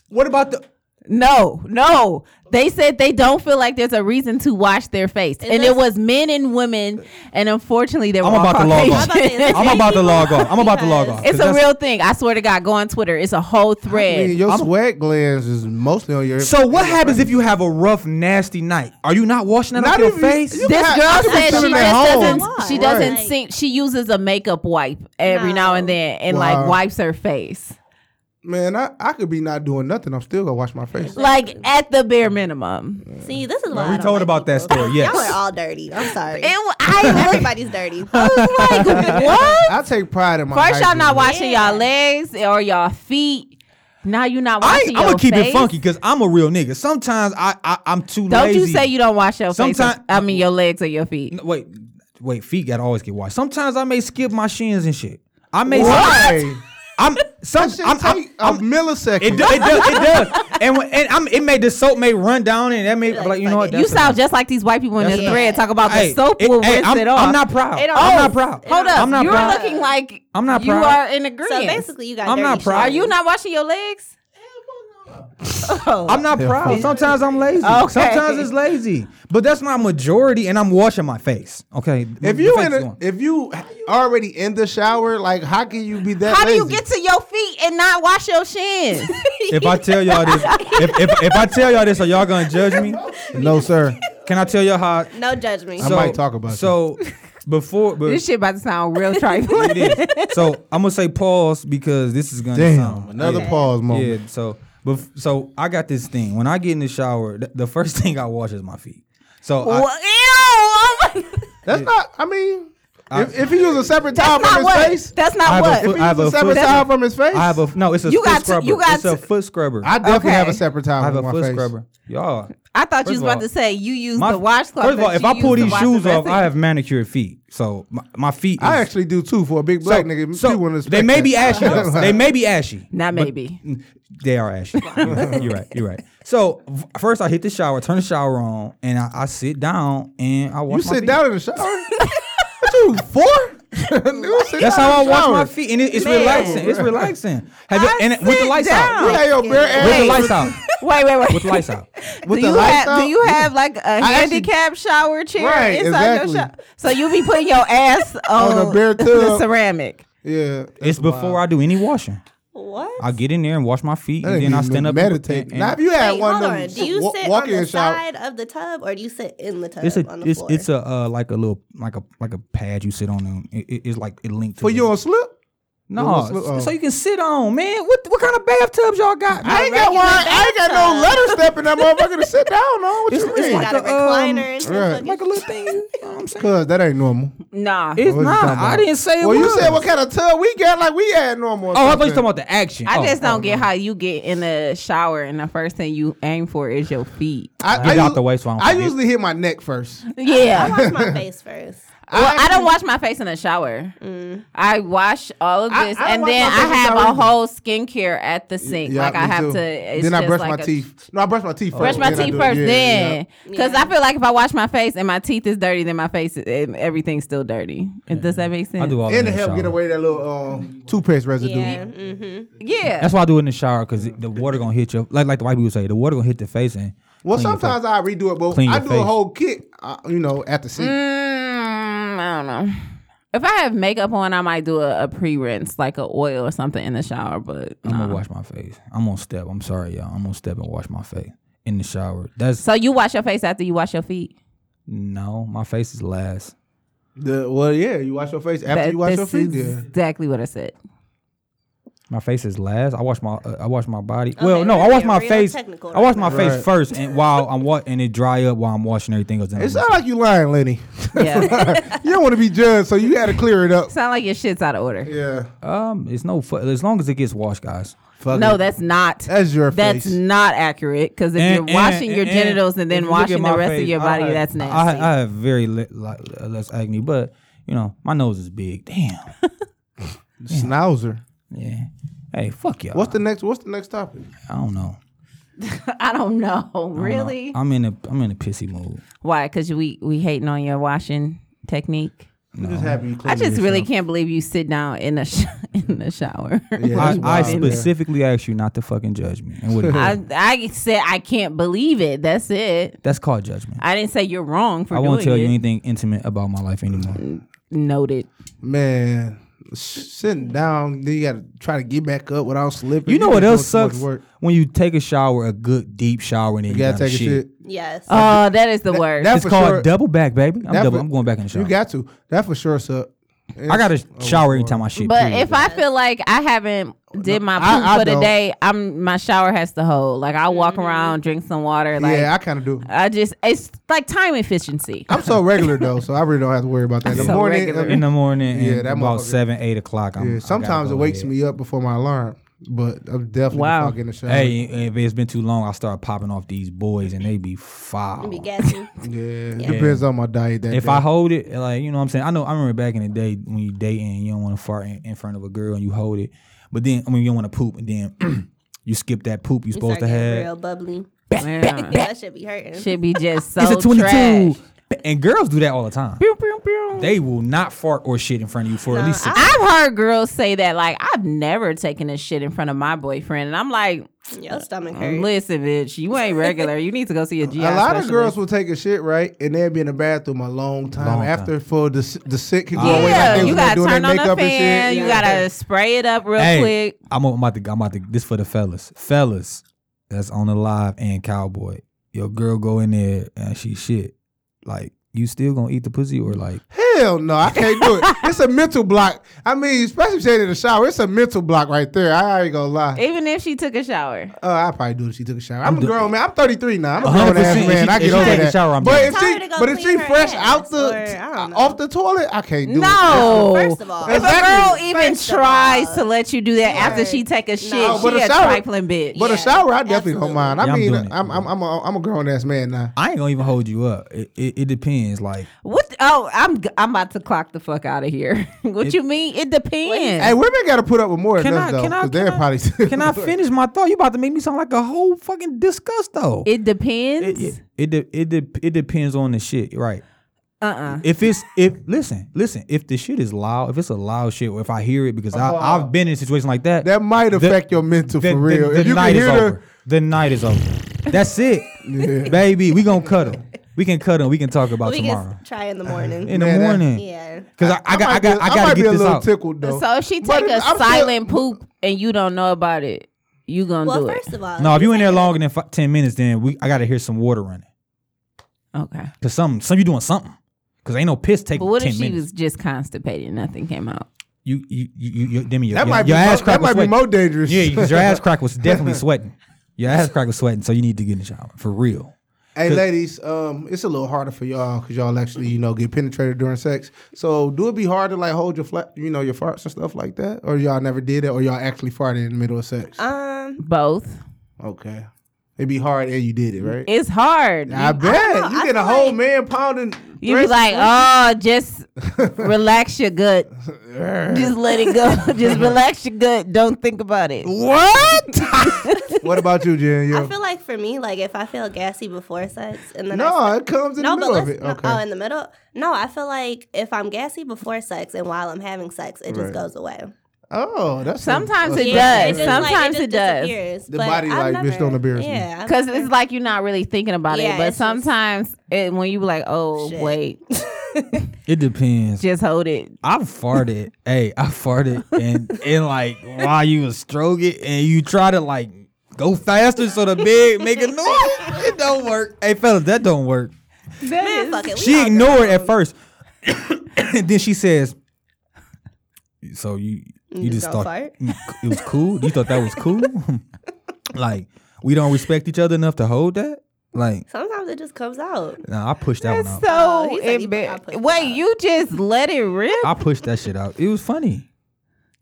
What about the? No, no. They said they don't feel like there's a reason to wash their face. and it that's- was men and women, and unfortunately, they were I'm all about to log Caucasian. off. I'm about to log off. I'm about to log off. 'cause It's a that's- real thing. I swear to God, go on Twitter. It's a whole I thread. mean, your sweat glands is mostly on your. So what happens if you have a rough, nasty night? Are you not washing that Not off your if you- face? you- this I- girl I could be said she sitting just at home. doesn't. She Right. doesn't Like- seem. She uses a makeup wipe every now and then, and like Wow. wipes her face, man, I, I could be not doing nothing. I'm still gonna wash my face. like at the bare minimum. See, this is why we I don't told like about that people. story, yes. Y'all are all dirty. I'm sorry. And I look Everybody's dirty. like, what? I take pride in my. First, y'all not hygiene. washing Yeah. y'all legs or y'all feet. Now you not I washing I'm your gonna keep it face. funky because I'm a real nigga. Sometimes I, I I'm too Don't lazy. you say you don't wash your face. or- Sometime- I mean, your legs or your feet. No, wait, wait. Feet gotta always get washed. Sometimes I may skip my shins and shit. I may. Why? I'm some. That shit I'm, I'm, take a millisecond. it, do, it does. It does. And when, and I'm, it may the soap may run down and that may like, you know what you that's sound enough. just like these white people in That's this enough. thread talk about Hey, the soap it- will hey, rinse I'm, it off. I'm not proud. It I'm don't- not proud. Hold up, I'm not you're proud. looking like I'm not You proud. are in agreement. So basically, you got I'm dirty not proud. are shoulders. you not washing your legs? Oh. I'm not proud. Sometimes I'm lazy. Okay. Sometimes it's lazy. But that's my majority, and I'm washing my face. Okay. If The you face in is a, gone. if you already in the shower, like how can you be that? How do you lazy? get to your feet and not wash your shins? if I tell y'all this, if, if, if I tell y'all this, are y'all gonna judge me? No, sir. Can I tell y'all how? No judgment. I might talk about So before, but this shit about to sound real trifling. it is. So I'm gonna say pause because this is gonna Damn, sound another yeah. pause moment. Yeah. So, but so I got this thing. When I get in the shower, th- the first thing I wash is my feet. So I, Well, Ew! Oh my- That's not. I mean, I- if, if he used a separate towel That's from not his what. face, That's I not have what. a if foot- he I have used a a separate foot- towel from his face, I have a no. It's a You foot got to- scrubber. you got it's a to- foot scrubber. I definitely Okay. have a separate towel. I have from a my foot face. scrubber. Y'all. I thought First you was of about all, to say you use My- the washcloth. First of all, that if you I use pull to these wash shoes the rest off, of- I have manicured feet. So my, my feet. I is- actually do too for a big black nigga. so you wouldn't expect they may that. be ashy. though. they may be ashy. Not but maybe. They are ashy. You're right. You're right. You're right. So v- first, I hit the shower, turn the shower on, and I, I sit down and I wash You my sit feet. down in the shower. what you Ew, four? Noodles sit That's down how I in the wash shower. my feet, and it, it's relaxing. It's relaxing. Have you, and it- with the sit lights down. out. You got your bare ass. With the lights out. Wait, wait, wait. With the lights out. With do the you lights have out? do you have like a actually- handicap shower chair Right, inside exactly. your shower? So you be putting your ass on, a bare the tub. ceramic. Yeah. It's before I do any washing. What? I get in there and wash my feet, and then I stand up. and- Meditate. and- now, if you had Wait, one hold of on. them, Do you wa- sit walk on in the shower- side of the tub or do you sit in the tub It's a on the it's floor? it's a uh, like a little like a like a pad you sit on. um, It, it- it's like it linked. To For the- you on slip? no, little- so- so you can sit on man. What what kind of bathtubs y'all got? I ain't got one. I ain't got no letter step in that motherfucker to sit down on. What It's- you it's mean? like got a a, um, recliner and stuff. right. Like, like a little thing. You know what I'm saying Cause that ain't normal. Nah. it's What you not. talking about? I didn't say it Well, you was. said what kind of tub we got? Like we had normal. or Oh, I thought you were something. talking about the action. I Oh, just oh, don't get no. how you get in the shower and the first thing you aim for is your feet. I, Get I out us- the way so I don't I forget. usually hit my neck first. Yeah. I wash my face first. Well, I don't wash my face in the shower. I wash all of I- this, I don't and wash then my face in I the have shower a either. whole skincare at the sink. Yeah, like I me have too. to. It's then I just brush like my a- teeth. No, I brush my teeth Brush first. my then I teeth do it. first, Yeah, then, because Yeah. I feel like if I wash my face and my teeth is dirty, then my face is- and everything's still dirty. Does that make sense? I do all that yeah. in And the to help shower. get away that little um, toothpaste residue. Yeah. Mm-hmm. Yeah. That's why I do it in the shower because the water gonna hit you. Like like the white people say, the water gonna hit the face and. Well, clean your face. sometimes I redo it, but Clean I your do a face. whole kit. Uh, you know, at the sink. Mm, I don't know. If I have makeup on, I might do a, a pre rinse, like a oil or something in the shower. But I'm nah. gonna wash my face. I'm gonna step. I'm sorry, y'all. I'm gonna step and wash my face in the shower. That's so you wash your face after you wash your feet. no. My face is last. The, well, yeah, you wash your face after That- you wash your that's feet. Yeah. exactly what I said. My face is last. I wash my uh, I wash my body. Okay, well, no, we're I wash being my real face. technical I wash my right now. face Right. first, and while I'm wa- and it dry up while I'm washing everything else. in It the sounds like you lying, Lenny. Yeah. you don't want to be judged, so you had to clear it up. Sound like your shit's out of order. Yeah. um, it's no fu- as long as it gets washed, guys. Fuck No, it. that's not. That's your That's face. not accurate. Because if And- you're washing and- your and genitals and if then you look at washing the my rest of face, your I body, have- that's I, nasty. I have very li- like, uh, less acne, but you know my nose is big. Damn. Schnauzer. Yeah. Hey, fuck y'all. What's the next? What's the next topic? I don't know. I don't know. I don't know. Really? I'm in a I'm in a pissy mood. Why? Because we we hating on your washing technique. I'm just happy you I cleaned just really yourself. can't believe you sit down in the sh- in the shower. Yeah, I, I that's wild. specifically asked you not to fucking judge me. And what it is. I, I said I can't believe it. That's it. That's called judgment. I didn't say you're wrong for I doing won't tell it. you anything intimate about my life anymore. Mm, Noted. Man, s- sitting down, then you got to try to get back up without slipping. You know what else just doing too much sucks? Work. When you take a shower, a good deep shower, and then You gotta take a shit. Yes. Oh, that is the word. that It's for called sure. double back, baby. I'm That double. for- I'm going back in the shower. You got Oh, to. That for sure suck. I got to shower every time I shit. But period. if I feel like I haven't did my poop I- I for the don't. day, I'm my shower has to hold. Like I walk around, drink some water. Like yeah, I kind of do. I, just it's like time efficiency. I'm so regular though, so I really don't have to worry about that. In the So morning, regular. um, in the morning, Yeah, and that about motherfucker- seven, eight o'clock, I'm, I yeah, gotta sometimes go it wakes ahead. me up before my alarm, but I'm definitely Wow. fucking the shower. Hey, if it's been too long, I start popping off these boys, and they be foul. Be gassy. Yeah, depends on my diet. That If day. I hold it, like you know what I'm saying. I know I remember back in the day when you dating, you don't want to fart in, in front of a girl and you hold it, but then I mean you don't want to poop and then you skip that poop you supposed Start to getting have. real bubbly. Man, That should be hurting. should be just so It's a 22, trash. and girls do that all the time. Pew, pew, pew. They will not fart or shit in front of you for at least six. I've heard girls say that. Like I've never taken a shit in front of my boyfriend, and I'm like, Your stomach hurts. listen, bitch, you ain't regular. You need to go see a GI. a lot of specialist." girls will take a shit right, and they'll be in the bathroom a long time Long time. after for the s- the sick can go away. like Yeah, they you was gotta doing their turn on the makeup and shit. fan. You Yeah. gotta spray it up real quick. I'm, I'm about to. I'm about to. This for the fellas, fellas that's on the live and cowboy. Your girl go in there and she shit. Like you still gonna eat the pussy or like Hell no, I can't do it. it's a mental block. I mean, especially if she ain't in the shower, it's a mental block right there. I ain't gonna lie. Even if she took a shower. Uh, I probably do it if she took a shower. I'm, a grown man. I'm 33 now. I'm a grown 100%. ass If man. she- I if get she over take a that. shower, I'm but down. if Tell her she to go but if clean she her fresh ass out the or- I don't know. off the toilet, I can't do it. No. First of all, If a girl Exactly. even First of tries all. to let you do that after she take a shit, but she a a, shower- trifling bitch. But a Yeah, shower, I definitely don't absolutely. mind. I Yeah, I'm mean, doing it. I'm I'm I'm a, I'm a grown ass man now. I ain't gonna even hold you up. It, it, it depends. Like what? Oh, I'm g- I'm about to clock the fuck out of here. what you mean? It depends. Hey, women got to put up with more Can than us I- though, can I- because they're can I- probably. Can I finish my thought? You about to make me sound like a whole fucking disgust though. it depends. it it, it, de- it, de- it depends on the shit, right? Uh-uh. If it's if listen, listen, if the shit is loud, if it's a loud shit, or if I hear it because I, I've been in a situation like that. That might affect your mental the, for the- real. The, if you night can is hear over. The night is over. That's it, baby. We gonna cut them. We can cut them. We can talk about we tomorrow can try in the morning. in the Man, that- morning. yeah. Cause I, I, got, I got, might be- I might gotta be a get this little out. tickled though. So if she But take a I'm still- silent poop and you don't know about it, you gonna Well, do first it. of all, No, if you in there take- longer than fi- ten minutes, then we, I gotta hear some water running. Okay. Cause some, some you doing something. Cause ain't no piss taking But what ten if she minutes. was just constipated and nothing came out? you, you, you, you, Demi, your, that your, might your be ass mo- crack that was might be sweating. more dangerous. Yeah, because your ass crack was definitely sweating. Your ass crack was sweating, so you need to get in the shower for real. Hey, ladies, um, it's a little harder for y'all because y'all actually, you know, get penetrated during sex. So, do it be hard to like hold your flat, you know, your farts and stuff like that, or y'all never did it, or y'all actually farted in the middle of sex? Um, Both. okay, it'd be hard, and you did it, right? It's hard. I bet you get a whole man pounding. You be like, oh, just relax your gut. just let it go. just relax your gut. Don't think about it. what? what about you, Jen? You- I feel like for me, like if I feel gassy before sex and then I no, it comes in no, the but middle of let's. it. no- Okay. Oh, in the middle? No, I feel like if I'm gassy before sex and while I'm having sex, it just goes away. oh, that's a- Sometimes a it special- does. just, like, Sometimes just it does. disappears, The but body, I've like, bitch, never- don't embarrass me. Yeah, Because it's like you're not really thinking about Yeah, it. But it's just- sometimes it, when you be like, oh, Shit. wait, It depends. just hold it. I farted. hey, I farted, and and like while you was stroking, and you try to like go faster so the bed make a noise. It don't work. Hey, fellas, that don't work. Man, fuck it. we She all ignored grown. at first, and then she says, "So you you, just just gonna thought fart? it was cool? You thought that was cool? like we don't respect each other enough to hold that? Like, Sometimes it just comes out. nah, I pushed that one out. Oh, So he said he put- I embar- put it wait, out. you just let it rip. I pushed that shit out. It was funny.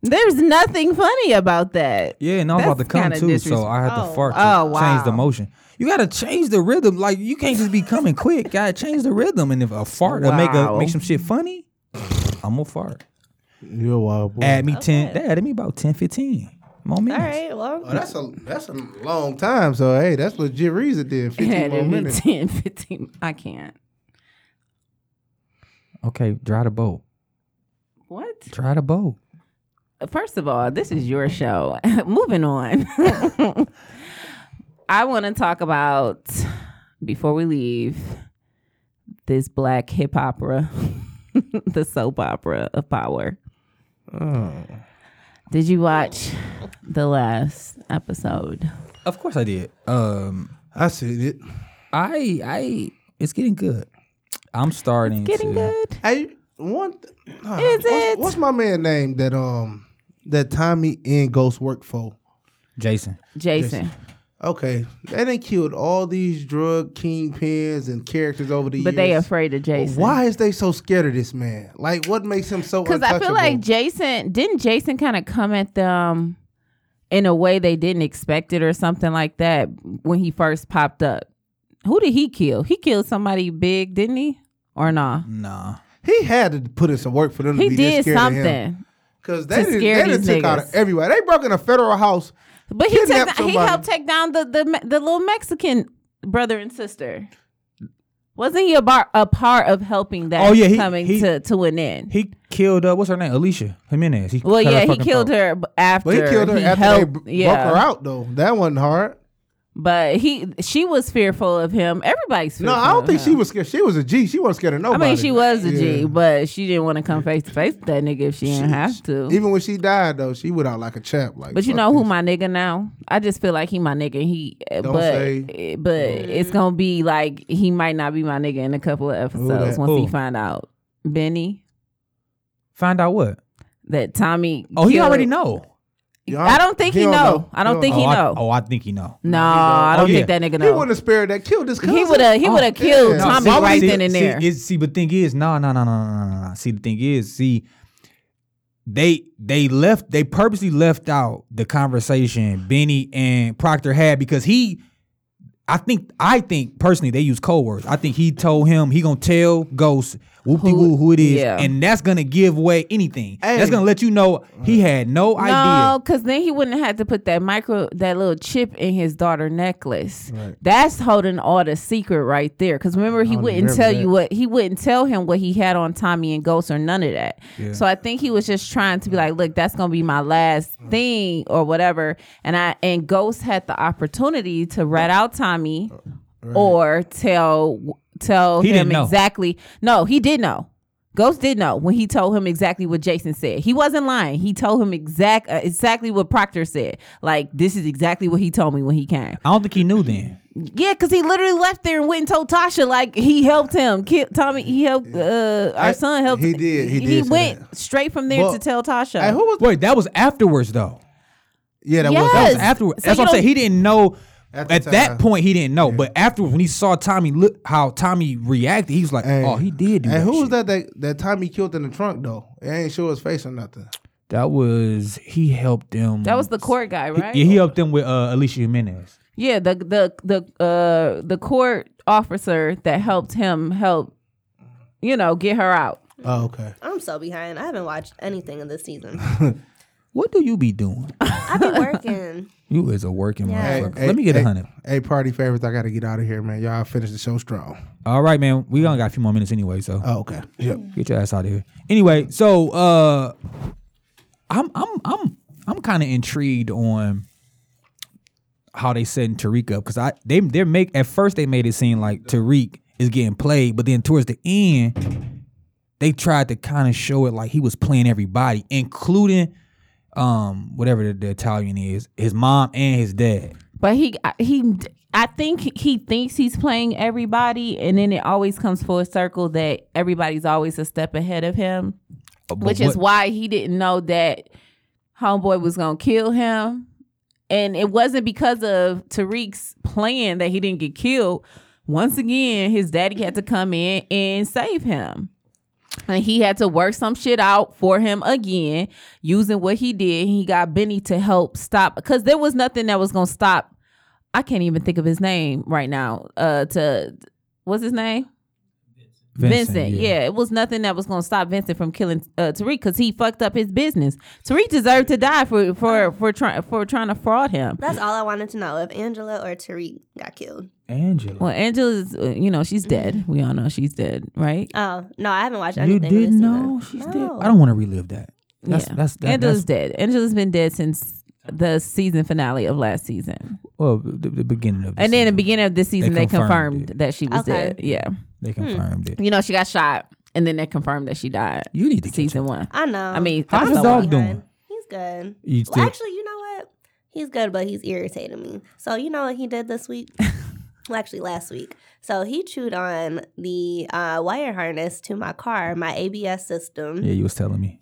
There's nothing funny about that. Yeah, and I was That's about to come kinda too, so disres- I had to fart to Oh, change the wow. motion. You gotta change the rhythm. Like you can't just be coming quick. Gotta change the rhythm. And if a fart or make a Wow. make some shit funny, I'm gonna fart. You're a wild boy. Add me ten. They added me about 10, 15 more All minutes. right, well, Oh, that's a that's a long time. So hey, that's legit reason then. It Fifteen had more to be minutes. 10, 15. I can't. Okay, dry the bowl. What? Dry the bowl. First of all, this is your show. Moving on. I want to talk about, before we leave, this black hip opera, the soap opera of power. Did you watch the last episode? Of course I did. Um, I seen it. I I it's getting good. I'm starting. to, Getting good? Hey, one. Th- nah, Is what's, it? What's my man name that um that Tommy and Ghost work for? Jason. Jason. Okay, they done killed all these drug kingpins and characters over the But years. they afraid of Jason. Why is they so scared of this man? Like, what makes him so? Because I feel like Jason didn't Jason kind of come at them in a way they didn't expect it or something like that when he first popped up. Who did he kill? He killed somebody big, didn't he? Or nah? Nah. he had to put in some work for them. He to be did this Mm, scared of him. something, Cause they to done- scare they done these took out niggas. everywhere. They broke in a federal house. but he took, Kidnapped he somebody. helped take down the, the Me- the little Mexican brother and sister. Wasn't he a, bar, a part of helping that Oh, yeah, he- coming he- to, to an end? He killed uh, what's her name? Alicia Jimenez. He well, cut her yeah, he fucking killed throat. her b- after. But he killed her after helped, they b- yeah. broke her out though. That wasn't hard. But he, she was fearful of him. Everybody's fearful No, I don't of think him. she was scared. She was a G. She wasn't scared of I nobody. mean, she was a G, Yeah. but she didn't want to come face to face with that nigga if she didn't have to. Even when she died, though, she went out like a chap. Like, but you fuck know who this. my nigga now? I just feel like he my nigga. He, Don't but say. eh, but it's gonna be like he might not be my nigga in a couple of episodes that? once he Who? find out Benny Find out what? that Tommy. Oh, he killed- already know. Y'all- I don't think he, know. I don't think he oh, know. I, oh, I think he know. no, I don't Oh, think yeah. that nigga He wouldn't know. have spared that. Killed his cousin. Oh, He would have. He would have killed yeah. Tommy Why would right he- then and see, there. is- see, but thing is, no, no, no, no, no, no, no. See, the thing is, see, they they left, they purposely left out the conversation Benny and Proctor had because he, I think, I think personally, they use code words. I think he told him he gonna tell Ghost whoop de woo who it is, yeah. and that's gonna give away anything. That's Hey. gonna let you know he had no No, idea. because then he wouldn't have had to put that micro, that little chip in his daughter necklace. That's holding all the secret right there. Because remember, he don't wouldn't remember tell that. you what he wouldn't tell him what he had on Tommy and Ghost or none of that. So I think he was just trying to be like, look, that's gonna be my last thing or whatever. And I and Ghost had the opportunity to rat out Tommy Uh, or tell tell He him didn't know. exactly. No, he did know. Ghost did know when he told him exactly what Jason said. He wasn't lying. He told him exact uh, exactly what Proctor said. Like this is exactly what he told me when he came. I don't think he knew then. Yeah, because he literally left there and went and told Tasha like he helped him. Kid, Tommy, he helped. Uh, our I- son helped. he did, he did say went straight from there But- to tell Tasha. Hey, who was? Wait, that was afterwards though. Yeah, that was. Yes. That That was was afterwards. So That's you what I'm don't- saying. He didn't know. At At, the time. that point, he didn't know. But afterwards, when he saw Tommy look how Tommy reacted, he was like, Hey. "Oh, he did." Do and that who was shit. that, that that time he killed in the trunk though? It ain't show his face or nothing. That was he helped them. that was the court guy, He- right? yeah, he helped them with uh, Alicia Jimenez. Yeah, the the the uh the court officer that helped him help, you know, get her out. Oh, okay. I'm so behind. I haven't watched anything of this season. What do you be doing? I've been working. You is a working Yeah. motherfucker. Let me get a hey, hundred. Hey, party favorites, I gotta get out of here, man. Y'all finish the show strong. All right, man. We only got a few more minutes anyway, so Oh, okay. Yep. get your ass out of here. Anyway, so uh, I'm I'm I'm I'm kind of intrigued on how they setting Tariq up because I they they make at first they made it seem like Tariq is getting played, but then towards the end they tried to kind of show it like he was playing everybody, including um whatever the, the Italian is, his mom and his dad. But he he I think he thinks he's playing everybody and then it always comes full circle that everybody's always a step ahead of him, But which is what- why he didn't know that homeboy was going to kill him. And it wasn't because of Tariq's plan that he didn't get killed. Once again, his daddy had to come in and save him. And he had to work some shit out for him again using what he did. He got Benny to help stop because there was nothing that was gonna stop. I can't even think of his name right now. Uh, to what's his name? Vincent. yeah. it was nothing that was gonna stop Vincent from killing uh, Tariq because he fucked up his business. Tariq deserved to die for for for trying for trying to fraud him. That's all I wanted to know if Angela or Tariq got killed. Angela. Well, Angela's, uh, you know, she's dead. We all know she's dead, right? Oh no, I haven't watched You anything. of didn't this know season. she's no. dead. I don't want to relive that. That's Oh. yeah, that's that, that's Angela's dead. Angela's been dead since the season finale of last season. well the, the beginning of. The And then the season. beginning of this season, They they confirmed confirmed, it. that she was Okay. dead. Yeah, they confirmed Hmm. it. you know, she got shot, and then they confirmed that she died. You need to season one. I know. I mean, How's I'm his so dog behind. doing? he's good. You Well, still- actually, you know what? He's good, but he's irritating me. So you know what he did this week? well, actually, last week. So he chewed on the uh, wire harness to my car, my ABS system. Yeah, you was telling me.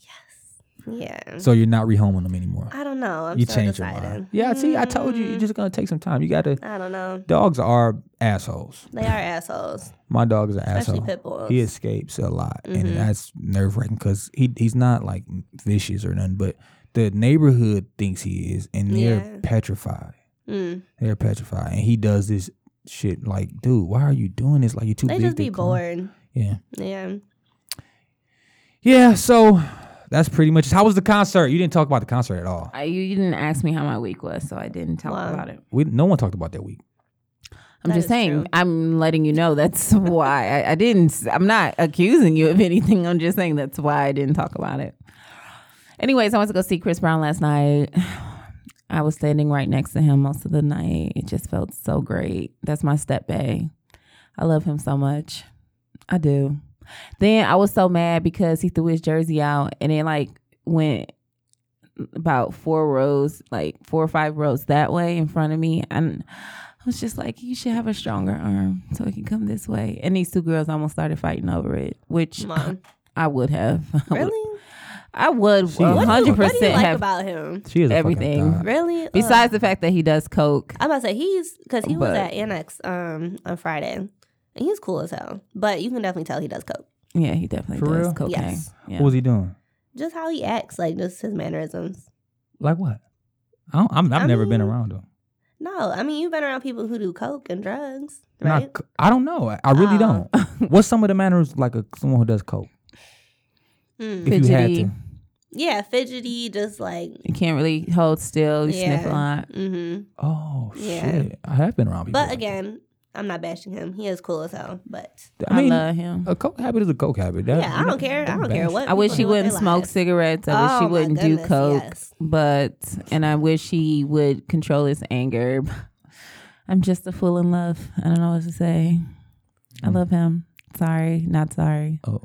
Yeah. So you're not rehoming them anymore. I don't know. I'm you so changed your decided. Mm, Hmm. mind. Yeah, see, I told you, you're just gonna take some time. You gotta. I don't know. Dogs are assholes. They are assholes. My dog is an Especially asshole. pit bulls. Mm-hmm. He escapes a lot, and that's nerve wracking because he he's not like vicious or nothing, but the neighborhood thinks he is, and they're Yeah. petrified. Mm. They're petrified, and he does this shit like, dude, why are you doing this? Like you too They big. just to be come." bored. Yeah. Yeah. Yeah, so that's pretty much. How was the concert? You didn't talk about the concert at all. I, you, you didn't ask me how my week was, so I didn't talk Wow. about it. We no one talked about that week. I'm That just is saying. true. I'm letting you know. That's why I, I didn't. s- I'm not accusing you of anything. I'm just saying that's why I didn't talk about it. Anyways, I went to go see Chris Brown last night. I was standing right next to him most of the night. It just felt so great. That's my step bae. I love him so much. I do. Then I was so mad because he threw his jersey out and then like went about four rows, like four or five rows that way in front of me. And I was just like, you should have a stronger arm so it can come this way. And these two girls almost started fighting over it, which Mom. I would have. Really? I would She is a What do you, 100% what do you like have. about uh, him? She is a fucking Everything. thot. Really? Ugh. Besides the fact that he does coke, I'm about to say he's because he But- was at Annex um on Friday, and he's cool as hell. But you can definitely tell he does coke. yeah, he definitely For does real? cocaine. Yes. Yeah. What was he doing? Just how he acts, like just his mannerisms. Like what? I don't, I'm, I've I never been mean- around him. No, I mean you've been around people who do coke and drugs, Not right? c- I don't know. I, I really Oh. don't. What's some of the manners like a someone who does coke? If Mm. you had Fidgety. to, Yeah, fidgety, just like You can't really hold still. You sniff a Yeah. lot. hmm oh Yeah. shit, I have been around people. But like again, I'm not bashing him. He is cool as hell. But that. I, I mean, love him. a coke habit is a coke habit. That- yeah, you I don't care. I don't care bash. what. I wish people he do with wouldn't their smoke lives. cigarettes. I wish Oh, he my wouldn't do goodness, coke. yes. But and I wish he would control his anger. I'm just a fool in love. I don't know what to say. I love him. Sorry, not sorry. Oh.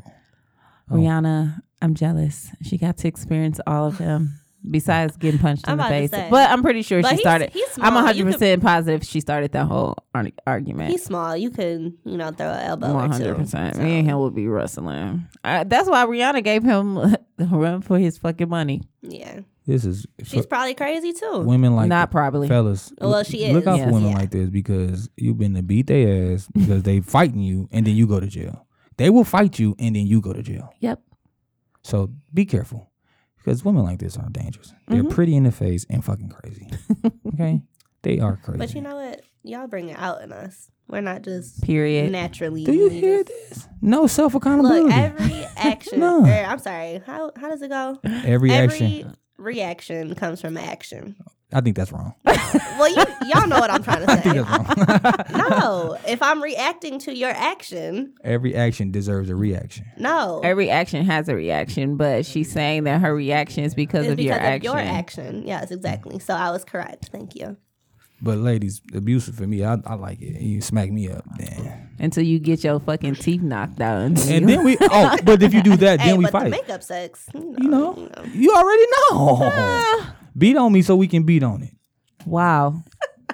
Oh. Rihanna, I'm jealous. She got to experience all of him. Besides getting punched I'm in the about to face, say. but I'm pretty sure But she he's- started. he's I'm small. 100 You could- percent positive she started that whole ar- argument. He's small. You can, you know, throw an elbow One or hundred two. percent. Me and him will be wrestling. I, that's why Rihanna gave him the run for his fucking money. Yeah, This is she's probably crazy too. women like that. Not probably. fellas. Well, look- she Look is. out for Yes. women Yeah. like this because you've been to beat their ass because they fighting you and then you go to jail. They will fight you and then you go to jail. Yep. So be careful because women like this are dangerous. They're Mm-hmm. pretty in the face and fucking crazy. okay, they are crazy. But you know what? Y'all bring it out in us. We're not just Period. naturally. do you we hear just- this? No self accountability. Look, every action. No. or, I'm sorry. How how does it go? Every Every action. reaction comes from action. I think that's wrong. Well, you y'all know what I'm trying I think to that's wrong. say. No, if I'm reacting to your action, every action deserves a reaction. no, Every action has a reaction, but she's saying that her reaction is because, it's of, because your, of action. your action. Yes, exactly. So I was correct. Thank you. But ladies, abusive for me, I, I like it. You smack me up, damn. Until you get your fucking teeth knocked out. And And then we oh, but if you do that, hey, then we but the fight. makeup sucks. You know. You know, um, you already know. Ah. beat on me so we can beat on it. wow.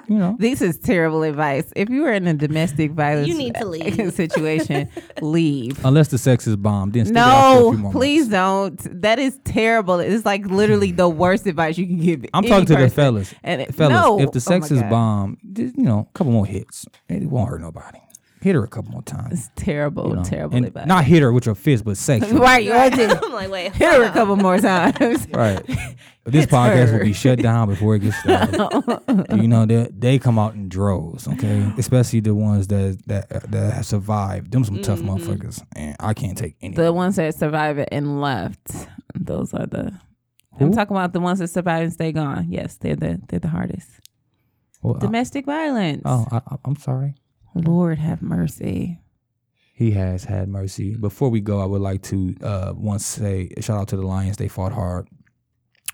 You know, This is terrible advice. If you were in a domestic violence You need to leave. situation, leave. unless the sex is bombed, then stick Oh, it out for a few No, more please months. Hmm. don't. That is terrible. It's like literally the worst advice you can give. I'm any talking to the person. fellas. And it- fellas, no. if the Oh sex my is God. bombed, just, you know, a couple more hits, it won't hurt nobody. Hit her a couple more times. It's terrible, you know, terrible and advice. Not hit her with your fist, but sexually. right, you right. Hit I'm like, wait, her a hold on. couple more times. Right. This It's podcast will her. Oh be shut down before it gets started. you know that they, come out in droves, okay? Especially the ones that that that have survived. Them some tough motherfuckers, and I can't take any. The ones that survived it and left, those are the. I'm Who? talking about the ones that survive and stay gone. Yes, they're the they're the hardest. Well, I- Domestic violence. oh, I, I, I'm sorry. Lord have mercy. He has had mercy. Before we go, I would like to uh, once say shout out to the Lions. They fought hard.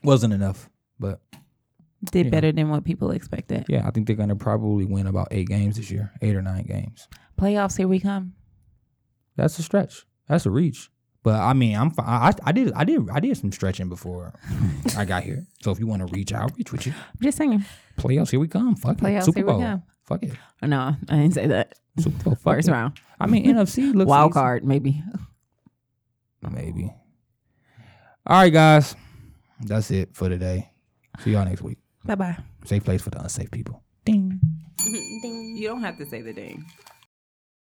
Wasn't enough, but Did Yeah. better than what people expected. yeah, I think they're gonna probably win about eight games this year, eight or nine games. Playoffs, here we come. That's a stretch. That's a reach. But I mean, I'm fine. I, I- I did I did I did some stretching before I got here. So if you want to reach, I'll reach with you. I'm just saying. Playoffs, here we come. Fuck Playoffs, it. Super here we Bowl. come. Fuck it. No, I didn't say that. Super Bowl. Fuck First it. round, I mean, NFC looks wild easy. card, maybe. Maybe. All right, guys. That's it for today. See y'all next week. Bye bye. Safe place for the unsafe people. Ding. You don't have to say the ding.